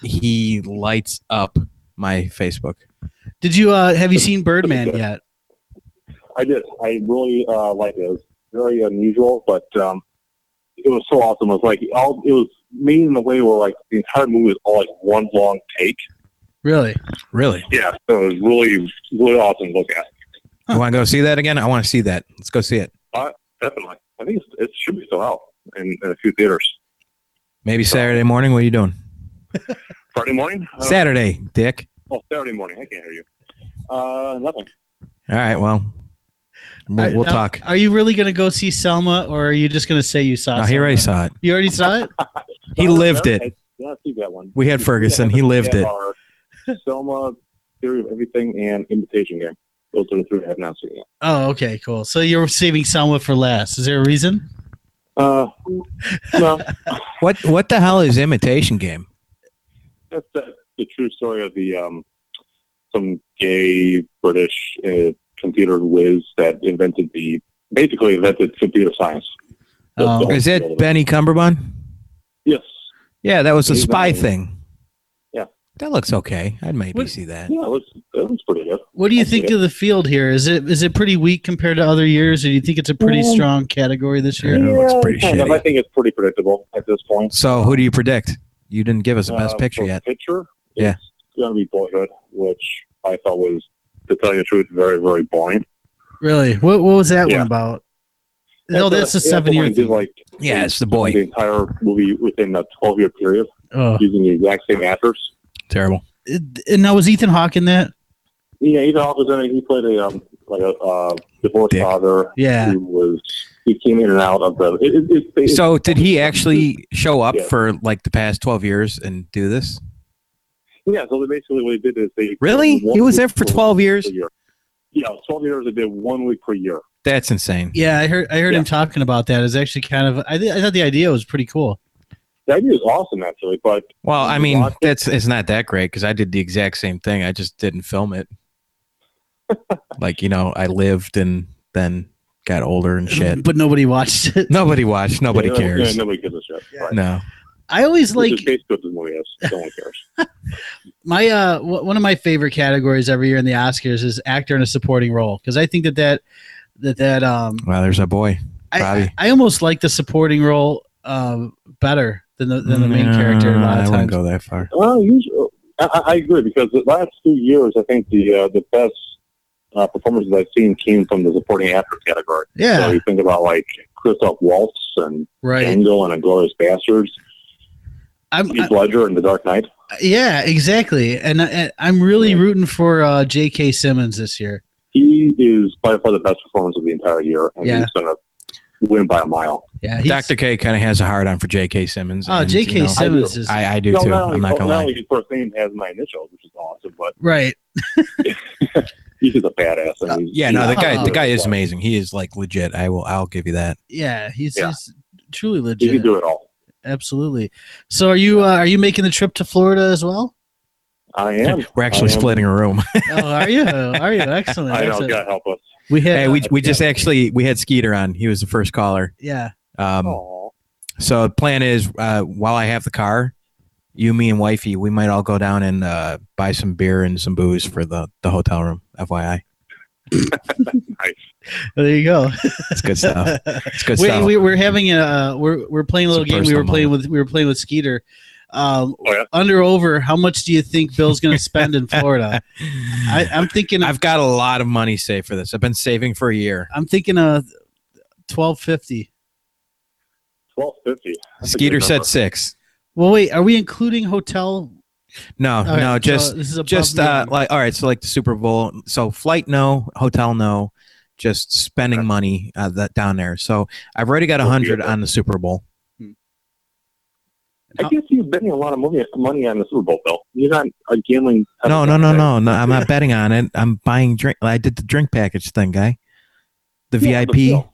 Speaker 5: he lights up my Facebook.
Speaker 3: Did you uh, have you seen Birdman yet?
Speaker 11: I did. I really uh, liked it. It was very unusual, but um, it was so awesome. It was like all it was made in a way where like the entire movie was all like one long take.
Speaker 3: Really?
Speaker 5: Really,
Speaker 11: Yeah, so it was really really awesome to look at.
Speaker 5: you want to go see that again? I want to see that. Let's go see it.
Speaker 11: Uh, Definitely, I think it's, it should be still out in, in a few theaters.
Speaker 5: Maybe Saturday morning. What are you doing?
Speaker 11: Friday morning. Uh,
Speaker 5: Saturday, Dick.
Speaker 11: Oh, Saturday morning. I can't hear you. Uh, nothing.
Speaker 5: All right. Well, we'll, we'll
Speaker 3: Now,
Speaker 5: talk.
Speaker 3: Are you really going to go see Selma, or are you just going to say you saw?
Speaker 5: No,
Speaker 3: it?
Speaker 5: he already saw it.
Speaker 3: You already saw it.
Speaker 5: He lived it.
Speaker 11: Yeah, I see that one.
Speaker 5: We had Ferguson. He lived it.
Speaker 11: Are Selma, Theory of Everything, and Imitation Game. Those are the three I have not seen yet.
Speaker 3: Oh, okay, cool. So you're saving Selma for last. Is there a reason?
Speaker 11: Uh, no,
Speaker 5: What What the hell is imitation game?
Speaker 11: that's the, the true story of the um, some gay British uh, computer whiz that invented the basically invented computer science. That's
Speaker 3: Oh.
Speaker 11: the whole
Speaker 5: Is
Speaker 11: deal
Speaker 5: it
Speaker 11: with it.
Speaker 5: Benny Cumberbund?
Speaker 11: Yes.
Speaker 5: Yeah, that was a
Speaker 11: He's
Speaker 5: spy
Speaker 11: not-
Speaker 5: thing.
Speaker 11: Yeah.
Speaker 5: That looks okay. I'd maybe
Speaker 3: What-
Speaker 5: see that.
Speaker 11: Yeah, it was, it was pretty good.
Speaker 3: What do you
Speaker 11: I
Speaker 3: think
Speaker 11: see
Speaker 3: of the field here? Is it is it pretty weak compared to other years, or do you think it's a pretty
Speaker 11: Um,
Speaker 3: strong category this
Speaker 5: Yeah,
Speaker 3: year?
Speaker 5: it looks pretty
Speaker 11: kind of.
Speaker 5: shitty.
Speaker 11: I think it's pretty predictable at this point.
Speaker 5: So, who do you predict? You didn't give us a best
Speaker 11: Uh,
Speaker 5: picture
Speaker 11: for
Speaker 5: yet.
Speaker 11: Picture?
Speaker 5: Yeah.
Speaker 11: It's going to be Boyhood, which I thought was, to tell you the truth, very, very boring.
Speaker 3: Really? What what was that
Speaker 11: Yeah.
Speaker 3: one about? No, that's a
Speaker 11: yeah,
Speaker 3: seven year
Speaker 11: when they
Speaker 3: thing.
Speaker 11: did, Like,
Speaker 5: Yeah, it's the
Speaker 11: the
Speaker 5: boy.
Speaker 11: entire movie within a 12 year period
Speaker 3: Oh,
Speaker 11: using the exact same actors.
Speaker 5: Terrible.
Speaker 3: It- and now was Ethan Hawke in that?
Speaker 11: Yeah, Ethan Hawke was in it. He played a um, like a uh, divorced
Speaker 5: Dick.
Speaker 11: father.
Speaker 3: Yeah.
Speaker 11: he was. He came in and out of the. It, it, it, it-
Speaker 5: So, did he actually show up
Speaker 11: Yeah.
Speaker 5: for like the past 12 years and do this?
Speaker 11: Yeah. So they basically, what they did is they
Speaker 5: Really?
Speaker 11: one
Speaker 5: He was
Speaker 11: week
Speaker 5: there for 12 years?
Speaker 11: per year. Yeah, twelve years. They did one week per year.
Speaker 5: That's insane.
Speaker 3: Yeah, I heard I heard
Speaker 11: Yeah.
Speaker 3: him talking about that. It's actually kind of I, th- I thought the idea was pretty cool.
Speaker 11: The idea is awesome, actually, but
Speaker 5: Well, I
Speaker 11: You
Speaker 5: mean,
Speaker 11: watch it?
Speaker 5: that's it's not that great because I did the exact same thing. I just didn't film it. like, you know, I lived and then got older and shit.
Speaker 3: But nobody watched it.
Speaker 5: Nobody watched. Nobody
Speaker 11: yeah, yeah,
Speaker 5: cares.
Speaker 11: nobody gives a shit. Right.
Speaker 5: No.
Speaker 3: I always
Speaker 11: Which
Speaker 3: like
Speaker 11: is basically what this movie is. No one cares.
Speaker 3: my uh w- one of my favorite categories every year in the Oscars is actor in a supporting role because I think that that that that um
Speaker 5: Wow, there's our boy, Bobby.
Speaker 3: I, I almost like the supporting role um better than the than the main
Speaker 5: No,
Speaker 3: character a lot
Speaker 5: I
Speaker 3: of times.
Speaker 5: wouldn't go that far.
Speaker 11: Well, usually, Uh, I, I- I agree because the last two years, I think the uh, the best uh, performances I've seen came from the supporting actor category.
Speaker 3: Yeah.
Speaker 11: So you think about like Christoph Waltz and
Speaker 3: Right.
Speaker 11: Django and Inglorious Bastards,
Speaker 3: I'm,
Speaker 11: Heath Ledger and The Dark Knight.
Speaker 3: Yeah, exactly. And, I- and I'm really rooting for uh, J.K. Simmons this year.
Speaker 11: He is by far the best performance of the entire year, and
Speaker 3: Yeah.
Speaker 11: he's going to win by a mile.
Speaker 3: Yeah,
Speaker 5: Dr. K kind of has a hard on for J.K. Simmons.
Speaker 3: Oh,
Speaker 5: and,
Speaker 3: J.K.
Speaker 5: you know,
Speaker 3: Simmons is-
Speaker 5: I, I do
Speaker 11: No,
Speaker 5: too.
Speaker 11: not only-
Speaker 5: I'm not
Speaker 11: not
Speaker 5: gonna lie.
Speaker 11: only his first name has my initials, which is awesome, but
Speaker 3: Right.
Speaker 11: he's just a badass. And he's,
Speaker 5: Yeah, no, the
Speaker 11: he's
Speaker 5: guy, the
Speaker 11: good.
Speaker 5: guy is amazing. He is like legit. I will, I'll give you that.
Speaker 3: Yeah, he's,
Speaker 11: Yeah.
Speaker 3: he's truly legit.
Speaker 11: He can do it all.
Speaker 3: Absolutely. So are you uh, are you making the trip to Florida as well?
Speaker 11: I am.
Speaker 5: We're actually
Speaker 11: I am.
Speaker 5: splitting a room.
Speaker 3: Oh, are you? Are you? Excellent.
Speaker 11: I know.
Speaker 3: excellent.
Speaker 11: God help us.
Speaker 3: We had
Speaker 5: hey, we, we just actually we had Skeeter on. He was the first caller.
Speaker 3: yeah.
Speaker 5: Um, so the plan is, uh, while I have the car, you, me, and wifey, we might all go down and uh, buy some beer and some booze for the the hotel room. FYI,
Speaker 3: There you go.
Speaker 5: it's good stuff. It's good
Speaker 3: we,
Speaker 5: stuff.
Speaker 3: we we're having a uh, we're we're playing a
Speaker 5: It's a
Speaker 3: little game. We
Speaker 5: personal
Speaker 3: were playing with we were playing with Skeeter. Um,
Speaker 11: Oh, yeah?
Speaker 3: Under over, how much do you think Bill's going to spend in Florida? I, I'm thinking.
Speaker 5: I've got a lot of money saved for this. I've been saving for a year.
Speaker 3: I'm thinking uh, twelve fifty.
Speaker 11: Twelve fifty.
Speaker 5: Skeeter said six.
Speaker 3: Well, wait, are we including hotel?
Speaker 5: No,
Speaker 3: All right,
Speaker 5: no,
Speaker 3: so
Speaker 5: just
Speaker 3: this is above
Speaker 5: just
Speaker 3: and
Speaker 5: uh,
Speaker 3: beyond.
Speaker 5: like all right. So like the Super Bowl. So flight no, hotel no, just spending money uh, that down there. So I've already got a hundred on the Super Bowl.
Speaker 11: I guess you're betting a lot of money, money on the Super Bowl, Bill. You're not a gambling.
Speaker 5: No, no, no, no, no. I'm not betting on it. I'm buying drink. I did the drink package thing, guy. The
Speaker 11: Yeah, but
Speaker 5: VIP.
Speaker 11: still.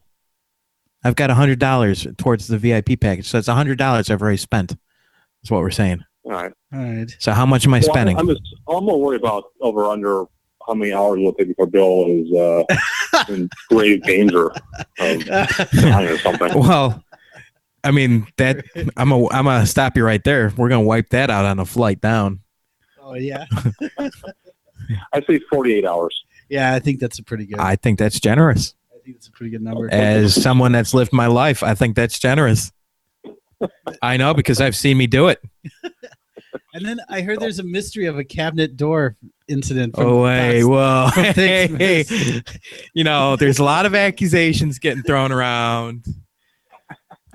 Speaker 5: I've got a hundred dollars towards the VIP package, so it's a hundred dollars I've already spent. That's what we're saying.
Speaker 11: All right.
Speaker 3: All right.
Speaker 5: So how much am I
Speaker 11: Well,
Speaker 5: spending?
Speaker 11: I'm, I'm just. I'm more worried about over under how many hours it'll take before Bill is uh, in grave danger of dying or something.
Speaker 5: well, I mean that I'm a I'm gonna stop you right there. We're gonna wipe that out on a flight down.
Speaker 3: Oh yeah,
Speaker 11: I say 48 hours.
Speaker 3: yeah. I think that's a pretty good. I
Speaker 5: I think that's generous.
Speaker 3: think that's a pretty good number.
Speaker 5: As someone that's lived my life, I think that's generous. I know because I've seen me do it.
Speaker 3: And then I heard there's a mystery of a cabinet door incident. from
Speaker 5: Oh wait,
Speaker 3: Fox.
Speaker 5: whoa!
Speaker 3: from
Speaker 5: Hey, hey,
Speaker 3: Thanksgiving.
Speaker 5: you know, Oh, there's a lot of accusations getting thrown around.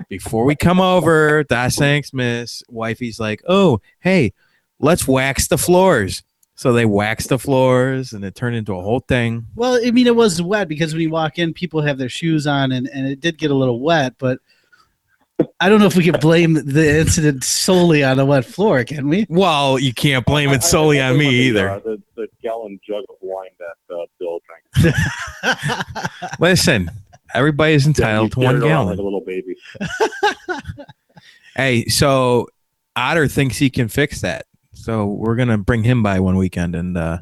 Speaker 5: Before we come over, Das Thanks Miss, wifey's like, "Oh, hey, let's wax the floors." So they waxed the floors, and it turned into a whole thing.
Speaker 3: Well, I mean, it was wet because when you walk in, people have their shoes on, and, and it did get a little wet. But I don't know if we could blame the incident solely on a wet floor, can we?
Speaker 5: Well, you can't blame
Speaker 11: I-
Speaker 5: it
Speaker 11: I-
Speaker 5: solely
Speaker 11: I
Speaker 5: on me
Speaker 11: remember the, uh,
Speaker 5: either.
Speaker 11: The, the gallon jug of wine that uh, Bill drank.
Speaker 5: Listen, everybody's entitled to
Speaker 11: He
Speaker 5: one
Speaker 11: carried around Like
Speaker 5: gallon.
Speaker 11: a little baby.
Speaker 5: Hey, so Otter thinks he can fix that. So we're gonna bring him by one weekend and uh,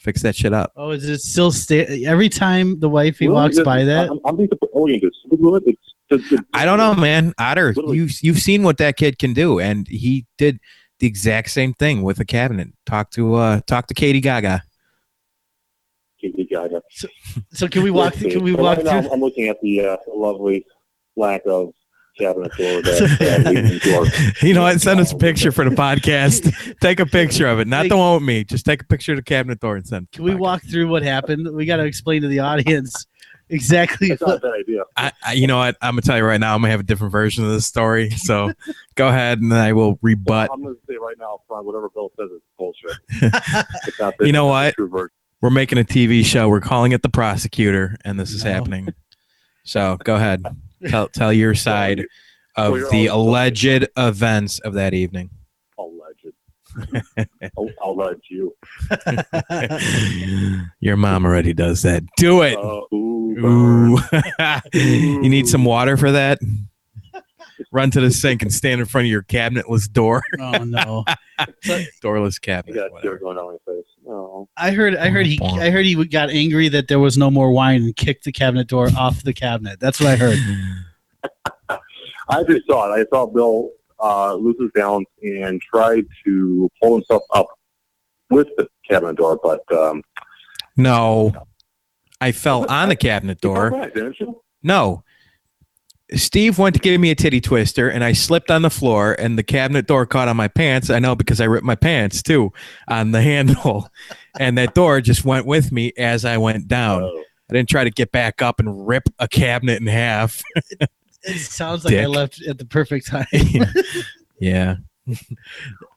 Speaker 5: fix that shit up.
Speaker 3: Oh, is it still sta- every time the wifey
Speaker 11: Really?
Speaker 3: walks
Speaker 11: This-
Speaker 3: by that?
Speaker 11: I'm, I'm thinking, oh, you just Google it. It's, it's, it's,
Speaker 5: I don't know, man. Otter,
Speaker 11: Literally.
Speaker 5: you you've seen what that kid can do, and he did the exact same thing with the cabinet. Talk to uh, talk to Katie Gaga.
Speaker 11: Katie Gaga.
Speaker 3: So can we walk?
Speaker 11: Let's see.
Speaker 3: Can we
Speaker 11: So
Speaker 3: walk
Speaker 11: right now,
Speaker 3: through?
Speaker 11: I'm looking at the uh, lovely lack of cabinet door that uh, leads into our
Speaker 5: You know what? Send us a picture for the podcast. Take a picture of it, not the one with me. Just take a picture of the cabinet door and send.
Speaker 3: Can we walk through what happened? We got to explain to the audience exactly.
Speaker 11: That's not a
Speaker 3: what-
Speaker 11: bad idea.
Speaker 5: I, I, you know what? I'm gonna tell you right now. I'm gonna have a different version of this story. So go ahead, and then I will rebut.
Speaker 11: I'm going to say right now, front, whatever Bill says is bullshit. It's not the-
Speaker 5: You know what?
Speaker 11: it's the true version.
Speaker 5: We're making a TV show. We're calling it The Prosecutor, and this is
Speaker 3: No.
Speaker 5: happening. So go ahead, tell tell your side of
Speaker 11: Well, you're
Speaker 5: the
Speaker 11: all-
Speaker 5: alleged events of that evening.
Speaker 11: Alleged. I'll, I'll let you.
Speaker 5: your mom already does that. Do it.
Speaker 11: Uh, ooh,
Speaker 5: Ooh. you need some water for that. Run to the sink and stand in front of your cabinetless door,
Speaker 3: oh no!
Speaker 5: doorless
Speaker 11: I
Speaker 5: cabinet.
Speaker 11: got
Speaker 5: whatever.
Speaker 11: tears going down my face. Oh.
Speaker 3: I heard. I heard he. I heard he got angry that there was no more wine and kicked the cabinet door off the cabinet. That's what I heard.
Speaker 11: I just saw it. I saw Bill uh, loses balance and tried to pull himself up with the cabinet door, but um,
Speaker 5: No. I fell on the cabinet
Speaker 11: you
Speaker 5: door.
Speaker 11: fell back, didn't you?
Speaker 5: No. Steve went to give me a titty twister and I slipped on the floor and the cabinet door caught on my pants. I know because I ripped my pants too on the handle. And that door just went with me as I went down.
Speaker 11: Oh.
Speaker 5: I didn't try to get back up and rip a cabinet in half.
Speaker 3: It sounds like I
Speaker 5: Dick.
Speaker 3: left at the perfect time.
Speaker 5: yeah.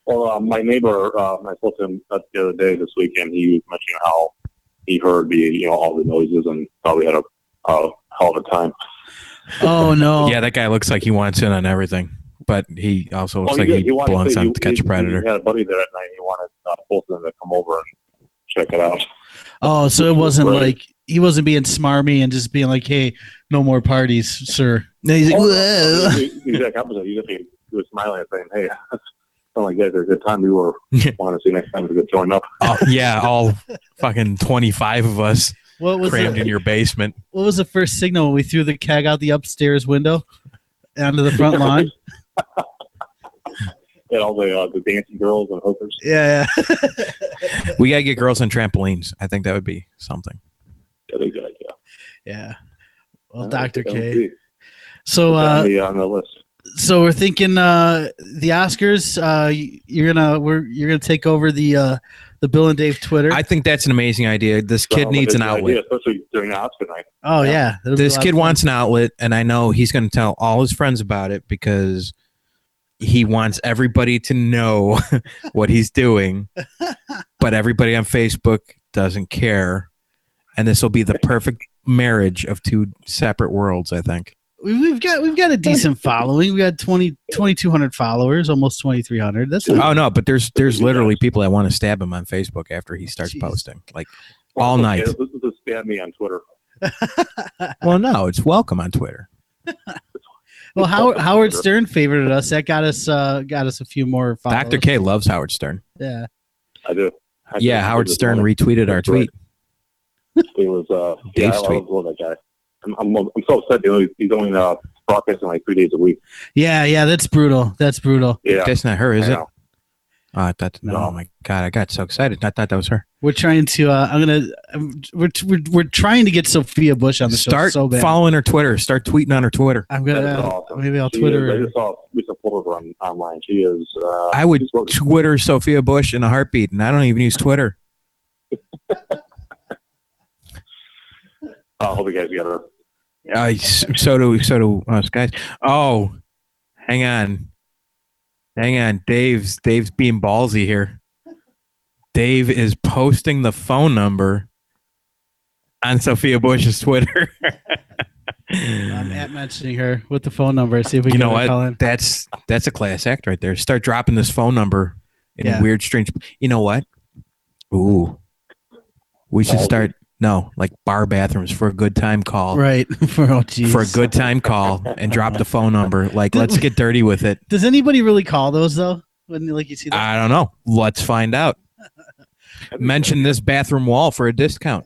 Speaker 11: Well, uh, my neighbor, uh, I spoke to him uh, the other day this weekend. He was mentioning how he heard the you know all the noises and thought we had a, a hell of a time.
Speaker 3: Oh no.
Speaker 5: Yeah, that guy looks like he wants in on everything. But he also looks
Speaker 11: Well,
Speaker 5: like
Speaker 11: did.
Speaker 5: he,
Speaker 11: wanted
Speaker 5: belongs
Speaker 11: to-
Speaker 5: on
Speaker 11: he-
Speaker 5: to catch
Speaker 11: he-
Speaker 5: a predator.
Speaker 11: He had a buddy there at night. He wanted uh, both of them to come over and check it out.
Speaker 3: Oh, so it wasn't like he wasn't being smarmy and just being like, "Hey, no more parties, sir." No, he's like,
Speaker 11: Oh,
Speaker 3: "Whoa."
Speaker 11: the exact opposite. He, he was smiling and saying, "Hey, sound like you guys had a good time. We were want to see next time we could join up."
Speaker 5: Oh, yeah, all fucking 25 of us
Speaker 3: What was
Speaker 5: crammed
Speaker 3: it?
Speaker 5: in your basement.
Speaker 3: What was the first signal when we threw the keg out the upstairs window onto the front lawn?
Speaker 11: And all the uh, the dancing girls and hookers.
Speaker 3: Yeah.
Speaker 5: We got to get girls on trampolines. I think that would be something.
Speaker 11: That'd be a good idea.
Speaker 3: Yeah.
Speaker 11: Uh,
Speaker 3: Well, Doctor
Speaker 11: that would
Speaker 3: K.
Speaker 11: be-
Speaker 3: So,
Speaker 11: that's
Speaker 3: uh,
Speaker 11: on, the, on the list.
Speaker 3: so we're thinking uh, the Oscars. Uh, y- you're gonna we're you're gonna take over the uh, the Bill and Dave Twitter.
Speaker 5: I think that's an amazing idea. This
Speaker 11: Sounds
Speaker 5: kid
Speaker 11: like
Speaker 5: needs
Speaker 11: a
Speaker 5: an
Speaker 11: good
Speaker 5: outlet.
Speaker 11: idea, especially during the Oscar night.
Speaker 3: oh yeah, that'll be a
Speaker 5: This
Speaker 3: lot
Speaker 5: kid
Speaker 3: of fun.
Speaker 5: wants an outlet, and I know he's going to tell all his friends about it because he wants everybody to know what he's doing. But everybody on Facebook doesn't care. And this will be the perfect marriage of two separate worlds, I think.
Speaker 3: We- We've got we've got a decent following. We got 20, 2,200 followers, almost twenty three hundred. That's
Speaker 5: Oh no, but there's there's literally people that want to stab him on Facebook after he starts posting, like all
Speaker 11: Okay,
Speaker 5: night.
Speaker 11: This is a spam me on Twitter.
Speaker 5: Well, no, it's welcome on Twitter.
Speaker 3: well. Howard, Howard Stern favorited us. That got us uh, got us a few more followers.
Speaker 5: Doctor K loves Howard Stern.
Speaker 3: Yeah.
Speaker 11: I do. I
Speaker 5: Yeah,
Speaker 11: do.
Speaker 5: Howard
Speaker 11: This
Speaker 5: Stern
Speaker 11: morning.
Speaker 5: retweeted our tweet.
Speaker 11: It was uh, yeah,
Speaker 5: Dave's
Speaker 11: I
Speaker 5: tweet.
Speaker 11: love, love that guy. I'm, I'm, I'm so upset. You know, he's- he's only uh, broadcasting like three days a week.
Speaker 3: Yeah, yeah. That's brutal. That's brutal.
Speaker 11: Yeah,
Speaker 5: That's not her, is
Speaker 11: I
Speaker 5: it?
Speaker 11: know.
Speaker 5: Oh, I thought, Oh my god, I got so excited. I thought that was her.
Speaker 3: We're trying to. Uh, I'm gonna. I'm- We're, we're we're trying to get Sophia Bush on the
Speaker 5: Start
Speaker 3: show so bad.
Speaker 5: following her Twitter. Start tweeting on her Twitter.
Speaker 3: I'm
Speaker 11: That
Speaker 3: gonna.
Speaker 11: is
Speaker 3: uh,
Speaker 11: awesome.
Speaker 3: maybe I'll
Speaker 11: She
Speaker 3: Twitter.
Speaker 11: Is, I
Speaker 3: her.
Speaker 11: just saw Lisa Fulber on online. She is. Uh,
Speaker 5: I would
Speaker 11: she's working.
Speaker 5: Twitter Sophia Bush in a heartbeat, and I don't even use Twitter.
Speaker 11: I hope you guys get her.
Speaker 5: Uh, s- so do so do us uh, guys. Oh, hang on, hang on. Dave's Dave's being ballsy here. Dave is posting the phone number on Sophia Bush's Twitter.
Speaker 3: I'm at mentioning her with the phone number. See if we
Speaker 5: you
Speaker 3: can
Speaker 5: know
Speaker 3: get her call
Speaker 5: what?
Speaker 3: in.
Speaker 5: That's that's a class act right there. Start dropping this phone number in
Speaker 3: Yeah.
Speaker 5: weird, strange. You know what? Ooh, we should start. No, like bar bathrooms for a good time call.
Speaker 3: Right. For oh, geez.
Speaker 5: for a good time call and drop the phone number. Like, let's get dirty with it.
Speaker 3: Does anybody really call those though? When like you see that.
Speaker 5: I don't know. Let's find out. Mention this bathroom wall for a discount.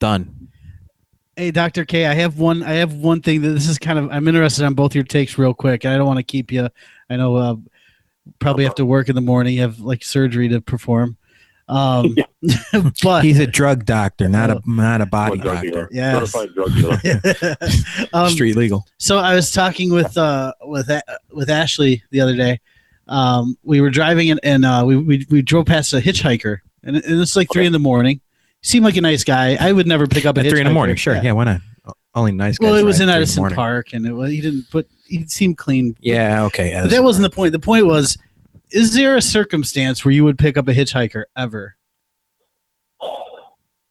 Speaker 5: Done.
Speaker 3: Hey, Doctor K, I have one. I have one thing that this is kind of. I'm interested on both your takes real quick. I don't want to keep you. I know uh, probably have to work in the morning. You have like surgery to perform. Um, but Uh,
Speaker 5: He's a drug doctor, not a not a body
Speaker 11: What drug dealer?
Speaker 5: doctor.
Speaker 3: Yes.
Speaker 11: Certified drug dealer.
Speaker 3: um,
Speaker 5: Street legal.
Speaker 3: so I was talking with uh, with A- with Ashley the other day. Um, we were driving and, and uh, we, we we drove past a hitchhiker, and, it- and it's like three in the morning. Seemed like a nice guy. I would never pick up a
Speaker 5: At three in the
Speaker 3: hitchhiker.
Speaker 5: morning. Sure. Yeah. why not? Only nice guys.
Speaker 3: Well, it was
Speaker 5: ride
Speaker 3: in
Speaker 5: at three the
Speaker 3: Edison
Speaker 5: morning.
Speaker 3: Park, and it was, he didn't put. He seemed clean.
Speaker 5: Yeah. Okay.
Speaker 3: But that wasn't the point. The point was, is there a circumstance where you would pick up a hitchhiker ever?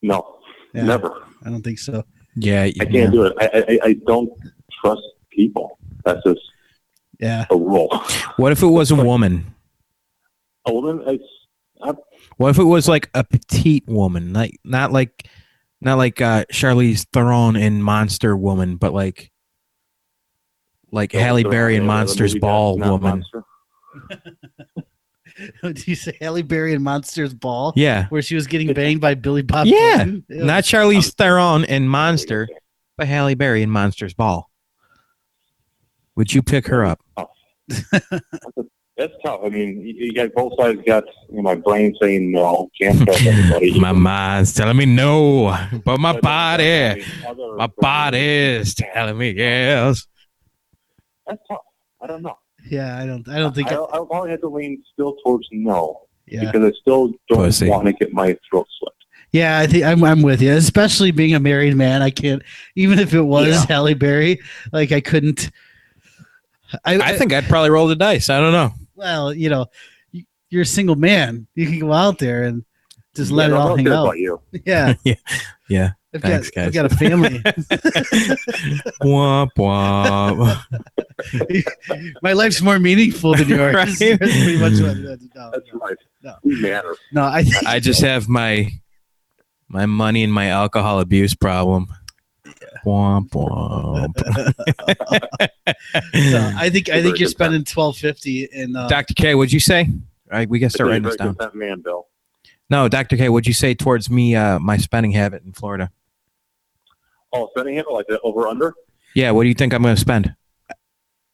Speaker 11: No,
Speaker 3: Yeah.
Speaker 11: never.
Speaker 3: I don't think so.
Speaker 5: yeah.
Speaker 11: I can't
Speaker 5: yeah.
Speaker 11: do it. I, I- I, I don't trust people. That's just
Speaker 3: Yeah.
Speaker 11: a rule.
Speaker 5: What if it was a woman?
Speaker 11: A woman, it's, I,
Speaker 5: What if it was like a petite woman, like not like not like uh, Charlize Theron in Monster Woman, but like like
Speaker 11: Oh,
Speaker 5: Halle Berry in
Speaker 11: Yeah, the
Speaker 5: Monsters
Speaker 11: movie
Speaker 5: Ball
Speaker 11: Not
Speaker 5: Woman.
Speaker 11: Monster.
Speaker 3: Did you say Halle Berry and Monsters Ball?
Speaker 5: Yeah,
Speaker 3: Where she was getting banged by Billy Bob.
Speaker 5: Yeah.
Speaker 3: Thornton? Ew.
Speaker 5: not Charlize Theron in Monster,
Speaker 11: Oh,
Speaker 5: but Halle Berry in Monsters Ball. Would you pick her up?
Speaker 11: That's tough. I mean, you you got both sides. Got you know, my brain saying no, can't trust anybody.
Speaker 5: My mind's telling me no, but my body, my body is telling me yes.
Speaker 11: That's tough. I don't know.
Speaker 3: Yeah, I don't. I don't think.
Speaker 11: I, I, will probably have to lean still towards no
Speaker 3: Yeah.
Speaker 11: because I still don't want to get my throat slit.
Speaker 3: Yeah, I think I'm, I'm with you. Especially being a married man, I can't. Even if it was Halle Berry, like I couldn't. I,
Speaker 5: think I'd probably roll the dice. I don't know.
Speaker 3: Well, you know, y- you're a single man. You can go out there and just let it all hang out. Yeah,
Speaker 5: yeah. Yeah.
Speaker 3: I've
Speaker 5: Thanks,
Speaker 3: got I've
Speaker 5: guys.
Speaker 3: got a family.
Speaker 5: womp womp.
Speaker 3: My life's more meaningful than yours.
Speaker 5: Right?
Speaker 3: That's pretty much what it is. No,
Speaker 11: That's right.
Speaker 3: No.
Speaker 11: We matter.
Speaker 3: no, I think
Speaker 5: I just have my my money and my alcohol abuse problem. Womp womp.
Speaker 3: no, I think I think
Speaker 5: Very
Speaker 3: you're
Speaker 5: good
Speaker 3: spending twelve fifty and uh,
Speaker 5: Dr. K, what'd you say? All right, we gotta start
Speaker 11: You're a
Speaker 5: writing this
Speaker 11: very
Speaker 5: down.
Speaker 11: good man, Bill.
Speaker 5: No, Dr. K, what'd you say towards me uh, my spending habit in Florida?
Speaker 11: Oh, spending handle like that over under.
Speaker 5: Yeah, what do you think I'm gonna spend?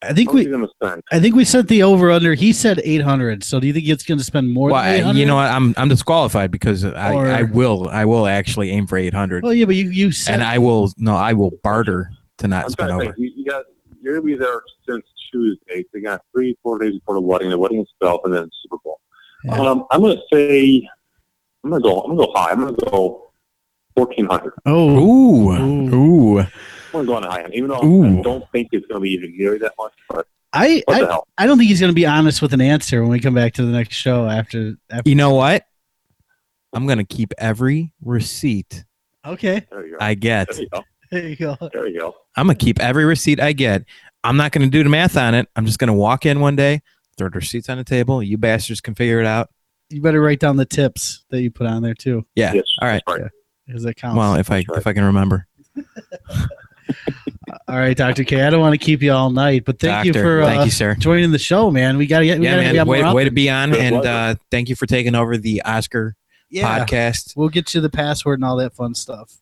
Speaker 3: I think
Speaker 11: we. Gonna spend.
Speaker 3: I think we set the over under. He said eight hundred. So do you think it's going to spend more?
Speaker 5: Well,
Speaker 3: than
Speaker 5: I,
Speaker 3: 800?
Speaker 5: you know what? I'm I'm disqualified because I,
Speaker 3: Or-
Speaker 5: I will I will actually aim for 800
Speaker 3: Well, yeah, but you you said
Speaker 5: and I will no I will barter to not
Speaker 11: I'm
Speaker 5: spend
Speaker 11: trying to
Speaker 5: over.
Speaker 11: think. You, you got you're gonna be there since Tuesday. So you got three, four days before the wedding, the wedding itself, and then the Super Bowl. Um, I'm gonna say I'm gonna go. I'm gonna go high. I'm gonna go fourteen hundred.
Speaker 5: Oh, ooh, ooh.
Speaker 11: I'm gonna go on the high end, even though I
Speaker 3: Ooh.
Speaker 11: don't think it's gonna be even near that much. But
Speaker 3: I
Speaker 11: What the
Speaker 3: I,
Speaker 11: hell?
Speaker 3: I don't think he's going to be honest with an answer when we come back to the next show after. after
Speaker 5: You know what? I'm gonna keep every receipt
Speaker 3: okay,
Speaker 11: there you go.
Speaker 5: I get.
Speaker 11: There you go.
Speaker 3: there you go.
Speaker 11: There you go.
Speaker 5: I'm gonna keep every receipt I get. I'm not gonna do the math on it. I'm just gonna walk in one day, throw the receipts on the table. You bastards can figure it out.
Speaker 3: You better write down the tips that you put on there too,
Speaker 5: Yeah.
Speaker 11: Yes,
Speaker 5: All right.
Speaker 11: that's
Speaker 3: because that counts.
Speaker 5: Well, if I if I can remember.
Speaker 3: all right, Doctor K. I don't want to keep you all night, but thank you
Speaker 5: Doctor,
Speaker 3: for uh,
Speaker 5: thank you, sir.
Speaker 3: joining the show, man. We got to get we
Speaker 5: yeah,
Speaker 3: got to
Speaker 5: man.
Speaker 3: get
Speaker 5: Way,
Speaker 3: more up.
Speaker 5: way to be on,
Speaker 11: Good
Speaker 5: and
Speaker 11: luck.
Speaker 5: uh, thank you for taking over the Oscar
Speaker 3: Yeah.
Speaker 5: podcast.
Speaker 3: We'll get you the password and all that fun stuff.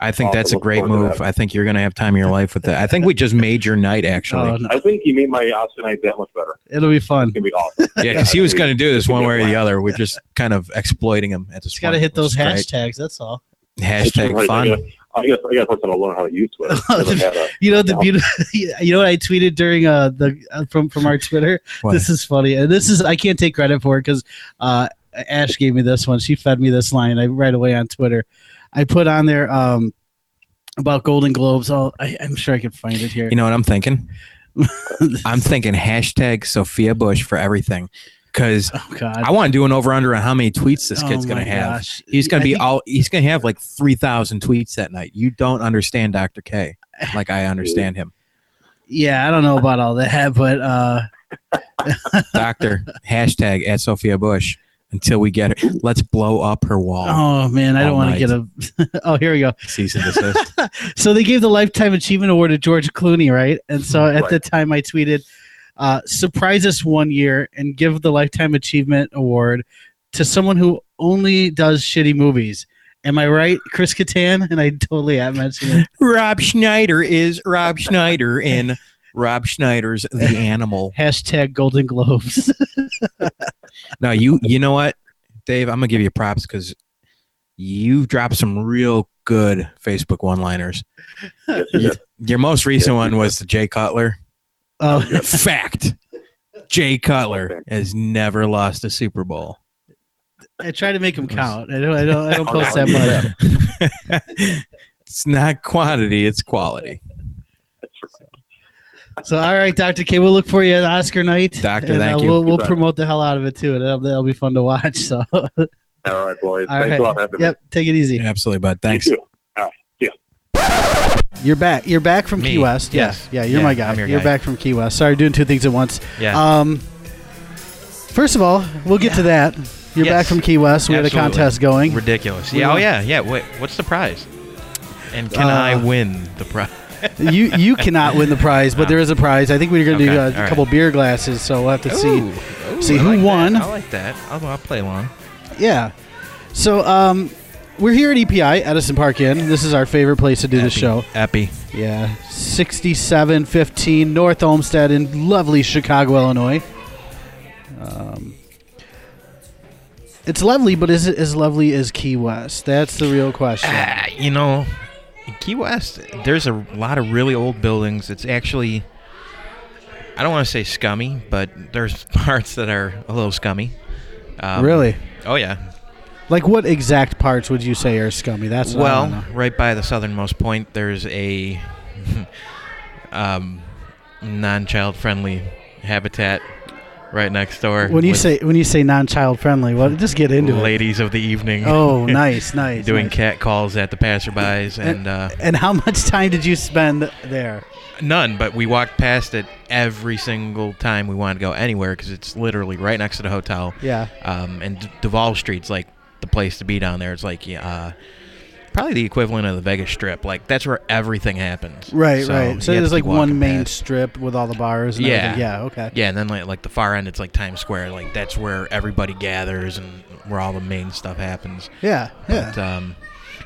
Speaker 5: I think
Speaker 11: Awesome.
Speaker 5: that's a
Speaker 11: Look
Speaker 5: great
Speaker 11: forward to
Speaker 5: move.
Speaker 11: that.
Speaker 5: I think you're gonna have time of your life with that. I think we just made your night actually.
Speaker 3: Oh, no.
Speaker 11: I think you made my Oscar night that much better.
Speaker 3: It'll be fun.
Speaker 11: It's gonna be awesome.
Speaker 5: Yeah, because he was going to do this one way or the
Speaker 11: Yeah.
Speaker 5: other. We're just kind of exploiting him at this
Speaker 3: Just got to
Speaker 5: point,
Speaker 3: hit
Speaker 5: which
Speaker 3: those
Speaker 5: is great.
Speaker 3: hashtags. That's all.
Speaker 5: Hashtag
Speaker 11: Right, I
Speaker 5: fun.
Speaker 11: gotta- I guess I guess I'm gonna learn how to use Twitter. I haven't had a-
Speaker 3: You know the
Speaker 11: Yeah.
Speaker 3: beautiful. You know what I tweeted during uh the uh, from from our Twitter.
Speaker 5: What?
Speaker 3: This is funny, and this is I can't take credit for it because uh, Ash gave me this one. She fed me this line. I right away on Twitter. I put on there um about Golden Globes. Oh, I, I'm sure I could find it here.
Speaker 5: You know what I'm thinking? I'm thinking hashtag Sophia Bush for everything. Because
Speaker 3: oh God,
Speaker 5: I want to do an over under on how many tweets this
Speaker 3: Oh
Speaker 5: kid's going
Speaker 3: my
Speaker 5: to have.
Speaker 3: gosh.
Speaker 5: He's going
Speaker 3: I
Speaker 5: to be
Speaker 3: think-
Speaker 5: all, he's going to have like 3,000 tweets that night. You don't understand Dr. K like I understand him.
Speaker 3: yeah. I don't know about all that, but uh,
Speaker 5: Doctor, hashtag at Sophia Bush until we get her. Let's blow up her wall.
Speaker 3: oh man, I don't
Speaker 5: all
Speaker 3: want to get a. oh, here we go.
Speaker 5: Cease and desist.
Speaker 3: so they gave the lifetime achievement award to George Clooney, right? And so at the time I tweeted, uh, surprise us one year and give the lifetime achievement award to someone who only does shitty movies. Am I right, Chris Kattan? And I totally am mentioning it.
Speaker 5: Rob Schneider is Rob Schneider in Rob Schneider's The Animal.
Speaker 3: Hashtag Golden Globes.
Speaker 5: Now you you know what, Dave, I'm gonna give you props because you've dropped some real good Facebook one liners.
Speaker 11: yes, yes.
Speaker 5: Your most recent one was the Jay Cutler.
Speaker 3: Oh,
Speaker 5: Fact. Jay Cutler has never lost a Super Bowl.
Speaker 3: I try to make them count. I don't. I don't. I don't post that much.
Speaker 5: it's not quantity, it's quality.
Speaker 3: So all right, Doctor K, we'll look for you at Oscar night.
Speaker 5: Doctor,
Speaker 3: and,
Speaker 5: thank
Speaker 3: uh,
Speaker 5: you.
Speaker 3: We'll, we'll
Speaker 11: bet.
Speaker 3: promote the hell out of it too. That'll, that'll be fun to watch. So all
Speaker 11: All right, boys. Thanks
Speaker 3: right.
Speaker 11: a lot for having me.
Speaker 3: Yep. Take it easy.
Speaker 5: Absolutely, bud.
Speaker 11: You
Speaker 5: Thanks.
Speaker 11: too. All right. See ya.
Speaker 3: You're back. You're back from
Speaker 5: Me.
Speaker 3: Key West.
Speaker 5: Yes.
Speaker 3: Yeah. Yeah. You're
Speaker 5: Yeah,
Speaker 3: my guy.
Speaker 5: I'm your
Speaker 3: you're
Speaker 5: guy.
Speaker 3: back from Key West. Sorry, doing two things at once.
Speaker 5: Yeah.
Speaker 3: Um. First of all, we'll get to that. You're
Speaker 13: Yes.
Speaker 3: back from Key West. We had a
Speaker 13: Absolutely.
Speaker 3: contest going.
Speaker 13: Ridiculous.
Speaker 3: We
Speaker 13: Yeah. Oh
Speaker 3: won.
Speaker 13: yeah. Yeah. Wait, what's the prize? And can
Speaker 3: Uh,
Speaker 13: I win the prize?
Speaker 3: you you cannot win the prize, but there is a prize. I think we are going to
Speaker 13: Okay,
Speaker 3: do uh,
Speaker 13: all
Speaker 3: a
Speaker 13: right.
Speaker 3: couple beer glasses, so we'll have to see
Speaker 13: Ooh,
Speaker 3: see
Speaker 13: I
Speaker 3: who
Speaker 13: like that.
Speaker 3: won.
Speaker 13: I like that. I'll, I'll play along.
Speaker 3: Yeah. So um, we're here at EPI, Edison Park Inn. This is our favorite place to do the show.
Speaker 14: Epi.
Speaker 3: Yeah, 6715 North Olmsted in lovely Chicago, Illinois. Um, it's lovely, but is it as lovely as Key West? That's the real question.
Speaker 5: Ah, you know, in Key West, there's a lot of really old buildings. It's actually, I don't want to say scummy, but there's parts that are a little scummy. Um,
Speaker 3: Really?
Speaker 5: Oh yeah.
Speaker 3: Like, what exact parts would you say are scummy? That's what I wanna know.
Speaker 5: well, right by the southernmost point, there's a um, non-child friendly habitat right next door.
Speaker 3: When you
Speaker 5: with
Speaker 3: say when you say non-child friendly, well, just get into it.
Speaker 5: ladies of the evening.
Speaker 3: Oh, nice, nice,
Speaker 5: Doing
Speaker 3: nice.
Speaker 5: cat calls at the passerbys and, uh,
Speaker 3: And how much time did you spend there?
Speaker 5: none, but we walked past it every single time we wanted to go anywhere because it's literally right next to the hotel.
Speaker 3: Yeah.
Speaker 5: Um, and D- Duval Street's like the place to be down there. It's like yeah, uh, probably the equivalent of the Vegas Strip. Like that's where everything happens.
Speaker 3: Right, right. So
Speaker 5: you have
Speaker 3: there's
Speaker 5: to
Speaker 3: like
Speaker 5: keep
Speaker 3: one
Speaker 5: walking
Speaker 3: main
Speaker 5: past.
Speaker 3: strip with all the bars. And
Speaker 5: Yeah.
Speaker 3: everything. Yeah. Okay.
Speaker 5: Yeah, and then like like the far end, it's like Times Square. Like that's where everybody gathers and where all the main stuff happens.
Speaker 3: Yeah, yeah.
Speaker 5: But, um,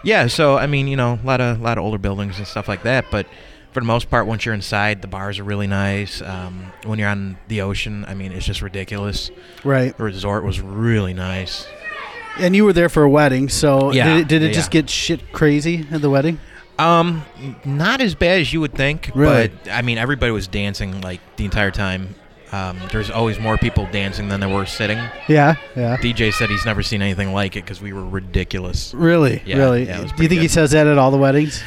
Speaker 5: yeah. So I mean, you know, a lot of lot of older buildings and stuff like that. But for the most part, once you're inside, the bars are really nice. Um, when you're on the ocean, I mean, it's just ridiculous.
Speaker 3: Right.
Speaker 5: The resort was really nice.
Speaker 3: And you were there for a wedding, so
Speaker 5: Yeah,
Speaker 3: did it, did it
Speaker 5: yeah,
Speaker 3: just get shit crazy at the wedding?
Speaker 5: Um, not as bad as you would think.
Speaker 3: Really?
Speaker 5: But I mean, everybody was dancing like the entire time. Um, there's always more people dancing than there were sitting.
Speaker 3: Yeah, yeah.
Speaker 5: DJ said he's never seen anything like it because we were ridiculous.
Speaker 3: Really,
Speaker 5: Yeah,
Speaker 3: really.
Speaker 5: yeah, it was
Speaker 3: Do you think he says that at all the weddings?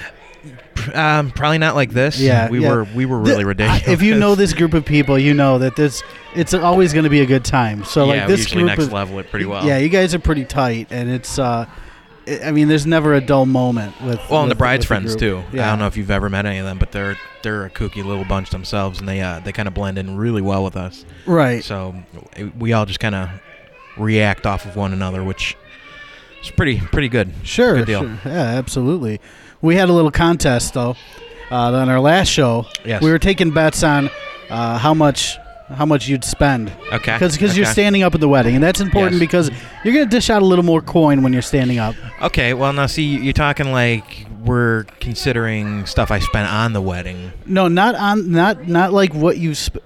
Speaker 5: pr- um, probably not like this.
Speaker 3: Yeah,
Speaker 5: we
Speaker 3: yeah.
Speaker 5: were we were
Speaker 3: Th-
Speaker 5: really ridiculous.
Speaker 3: If you know this group of people, you know that this it's always going to be a good time. So
Speaker 5: Yeah,
Speaker 3: like
Speaker 5: we
Speaker 3: this
Speaker 5: usually
Speaker 3: group
Speaker 5: next
Speaker 3: of-
Speaker 5: level it pretty well.
Speaker 3: Yeah, you guys are pretty tight, and it's. uh I I mean, there's never a dull moment with.
Speaker 5: well,
Speaker 3: with-
Speaker 5: and the bride's
Speaker 3: with
Speaker 5: friends too.
Speaker 3: group. Yeah.
Speaker 5: I don't know if you've ever met any of them, but they're they're a kooky little bunch themselves, and they uh, they kind of blend in really well with us.
Speaker 3: Right.
Speaker 5: So it- we all just kind of react off of one another, which is pretty pretty good.
Speaker 3: Sure,
Speaker 5: good deal.
Speaker 3: sure. Yeah, absolutely. We had a little contest though uh, on our last show.
Speaker 5: Yes.
Speaker 3: We were taking bets on uh, how much how much you'd spend.
Speaker 5: Okay,
Speaker 3: Because you're
Speaker 5: okay.
Speaker 3: standing up at the wedding, and that's important
Speaker 5: Yes.
Speaker 3: because you're gonna dish out a little more coin when you're standing up.
Speaker 5: Okay, well now see you're talking like we're considering stuff I spent on the wedding.
Speaker 3: No, not on not not like what you. Sp-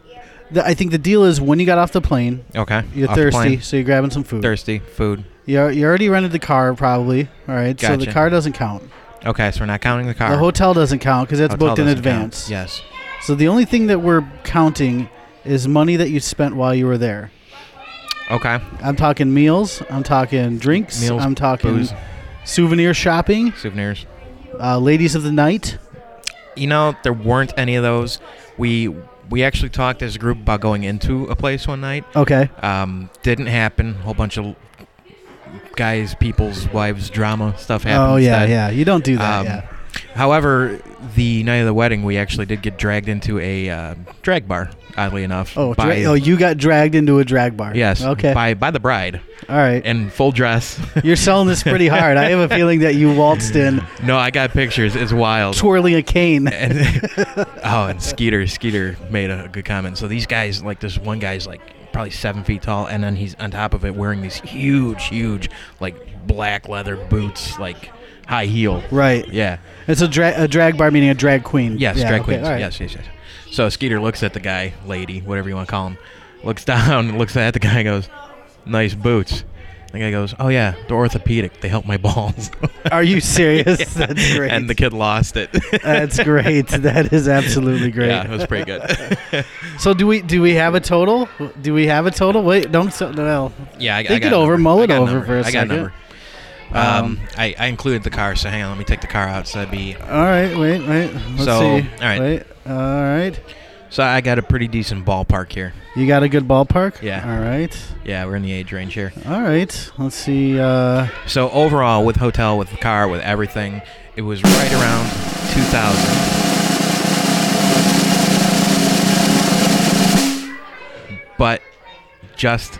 Speaker 3: the, I think the deal is when you got off the plane.
Speaker 5: Okay,
Speaker 3: You're
Speaker 5: off the
Speaker 3: thirsty,
Speaker 5: plane.
Speaker 3: so you're grabbing some food.
Speaker 5: Thirsty food.
Speaker 3: You you already rented the car probably. All right, so the
Speaker 5: Gotcha.
Speaker 3: car doesn't count.
Speaker 5: Okay, so we're not counting the car.
Speaker 3: The hotel doesn't count because that's
Speaker 5: Hotel
Speaker 3: booked in
Speaker 5: doesn't count,
Speaker 3: advance.
Speaker 5: yes.
Speaker 3: So the only thing that we're counting is money that you spent while you were there.
Speaker 5: Okay.
Speaker 3: I'm talking meals. I'm talking drinks.
Speaker 5: Meals,
Speaker 3: I'm talking
Speaker 5: booze.
Speaker 3: souvenir shopping.
Speaker 5: Souvenirs.
Speaker 3: Uh, ladies of the night.
Speaker 5: You know, there weren't any of those. We we actually talked as a group about going into a place one night.
Speaker 3: Okay.
Speaker 5: Um, didn't happen. Whole bunch of guys, people's wives, drama stuff happened.
Speaker 3: Oh, yeah,
Speaker 5: instead. Um,
Speaker 3: yeah. You don't do that, yeah.
Speaker 5: However, the night of the wedding, we actually did get dragged into a uh, drag bar. Oddly enough.
Speaker 3: Oh, dra-
Speaker 5: by-
Speaker 3: oh, you got dragged into a drag bar.
Speaker 5: Yes.
Speaker 3: Okay.
Speaker 5: By by the bride.
Speaker 3: All right.
Speaker 5: In full dress.
Speaker 3: You're selling this pretty hard. I have a feeling that you waltzed in
Speaker 5: no, I got pictures. It's wild.
Speaker 3: twirling a cane.
Speaker 5: oh, and Skeeter, Skeeter made a good comment. So these guys, like this one guy's like probably seven feet tall, and then he's on top of it wearing these huge, huge like black leather boots, like high heel.
Speaker 3: Right.
Speaker 5: Yeah.
Speaker 3: It's a, dra- a drag bar meaning a drag queen.
Speaker 5: Yes,
Speaker 3: Yeah,
Speaker 5: drag
Speaker 3: okay,
Speaker 5: queens.
Speaker 3: all right.
Speaker 5: Yes, yes, yes. So Skeeter looks at the guy, lady, whatever you want to call him, looks down, looks at the guy, and goes, "Nice boots." The guy goes, "Oh yeah, they're orthopedic. They help my balls."
Speaker 3: Are you serious? That's great.
Speaker 5: And the kid lost it.
Speaker 3: That's great. That is absolutely great.
Speaker 5: Yeah, it was pretty good.
Speaker 3: So do we do we have a total? Do we have a total? Wait, don't so- no.
Speaker 5: Yeah, I,
Speaker 3: think
Speaker 5: I got
Speaker 3: it over,
Speaker 5: a number.
Speaker 3: mull
Speaker 5: I
Speaker 3: it
Speaker 5: got a
Speaker 3: over
Speaker 5: number.
Speaker 3: for a
Speaker 5: I
Speaker 3: second.
Speaker 5: Got a number. Um, I, I included the car, so hang on, let me take the car out. So that'd be
Speaker 3: All right, wait, wait. Let's
Speaker 5: so.
Speaker 3: see.
Speaker 5: All right,
Speaker 3: Wait. All right.
Speaker 5: so I got a pretty decent ballpark here.
Speaker 3: You got a good ballpark?
Speaker 5: Yeah.
Speaker 3: All right.
Speaker 5: Yeah, we're in the age range here.
Speaker 3: All right. Let's see. Uh,
Speaker 5: So overall, with hotel, with car, with everything, it was right around two thousand. But just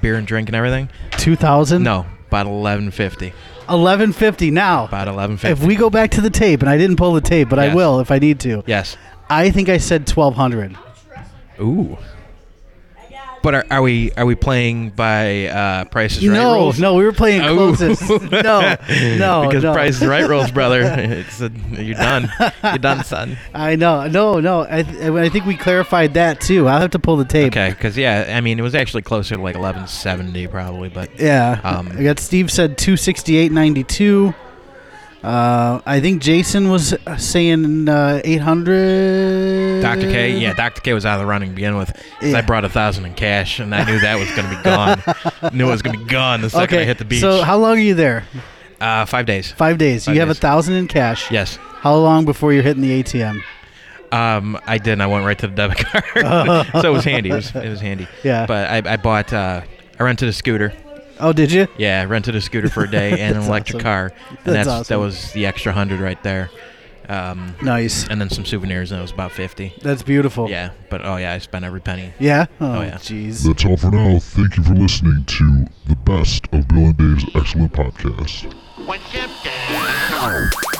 Speaker 5: beer and drink and everything.
Speaker 3: Two thousand?
Speaker 5: No, about eleven fifty.
Speaker 3: eleven fifty now.
Speaker 5: About eleven
Speaker 3: If
Speaker 5: fifty.
Speaker 3: we go back to the tape, and I didn't pull the tape, but I
Speaker 5: Yes.
Speaker 3: will if I need to.
Speaker 5: Yes.
Speaker 3: I think I said twelve hundred.
Speaker 5: Ooh. but are, are we are we playing by uh, Price is Right
Speaker 3: No,
Speaker 5: rules? Oh.
Speaker 3: no, we were playing closest. No, no,
Speaker 5: because
Speaker 3: no.
Speaker 5: Price is Right rules, brother. It's a, you're done. You're done, son.
Speaker 3: I know. No, no. I, th- I think we clarified that too. I'll have to pull the tape.
Speaker 5: Okay, because yeah, I mean, it was actually closer to like 1170 probably, but
Speaker 3: Yeah.
Speaker 5: um,
Speaker 3: I got Steve said 268.92. Uh, I think Jason was uh, saying uh, 800.
Speaker 5: Dr. K, yeah, Dr. K was out of the running to begin with. 'cause I brought a thousand in cash, and I knew that was going to be gone. knew it was going to be gone the second I hit the beach.
Speaker 3: So how long are you there?
Speaker 5: uh, five days.
Speaker 3: Five days.
Speaker 5: Five
Speaker 3: you have a
Speaker 5: days.
Speaker 3: thousand in cash.
Speaker 5: Yes.
Speaker 3: How long before you're hitting the ATM?
Speaker 5: Um, I did. and I went right to the debit card, so it was handy. It was, it was handy.
Speaker 3: Yeah.
Speaker 5: But I, I bought. Uh, I rented a scooter.
Speaker 3: Oh, did you?
Speaker 5: Yeah, I rented a scooter for a day and an
Speaker 3: That's
Speaker 5: electric
Speaker 3: awesome.
Speaker 5: car, and
Speaker 3: That's
Speaker 5: that's, that
Speaker 3: awesome.
Speaker 5: was the extra hundred right there. Um,
Speaker 3: nice.
Speaker 5: And then some souvenirs, and it was about fifty.
Speaker 3: That's beautiful.
Speaker 5: Yeah, but oh yeah, I spent every penny.
Speaker 3: Yeah?
Speaker 5: Oh,
Speaker 3: Oh,
Speaker 5: yeah.
Speaker 3: Jeez.
Speaker 1: That's all for now. Thank you for listening to the best of Bill and Dave's excellent podcast.
Speaker 2: What's up, Dave?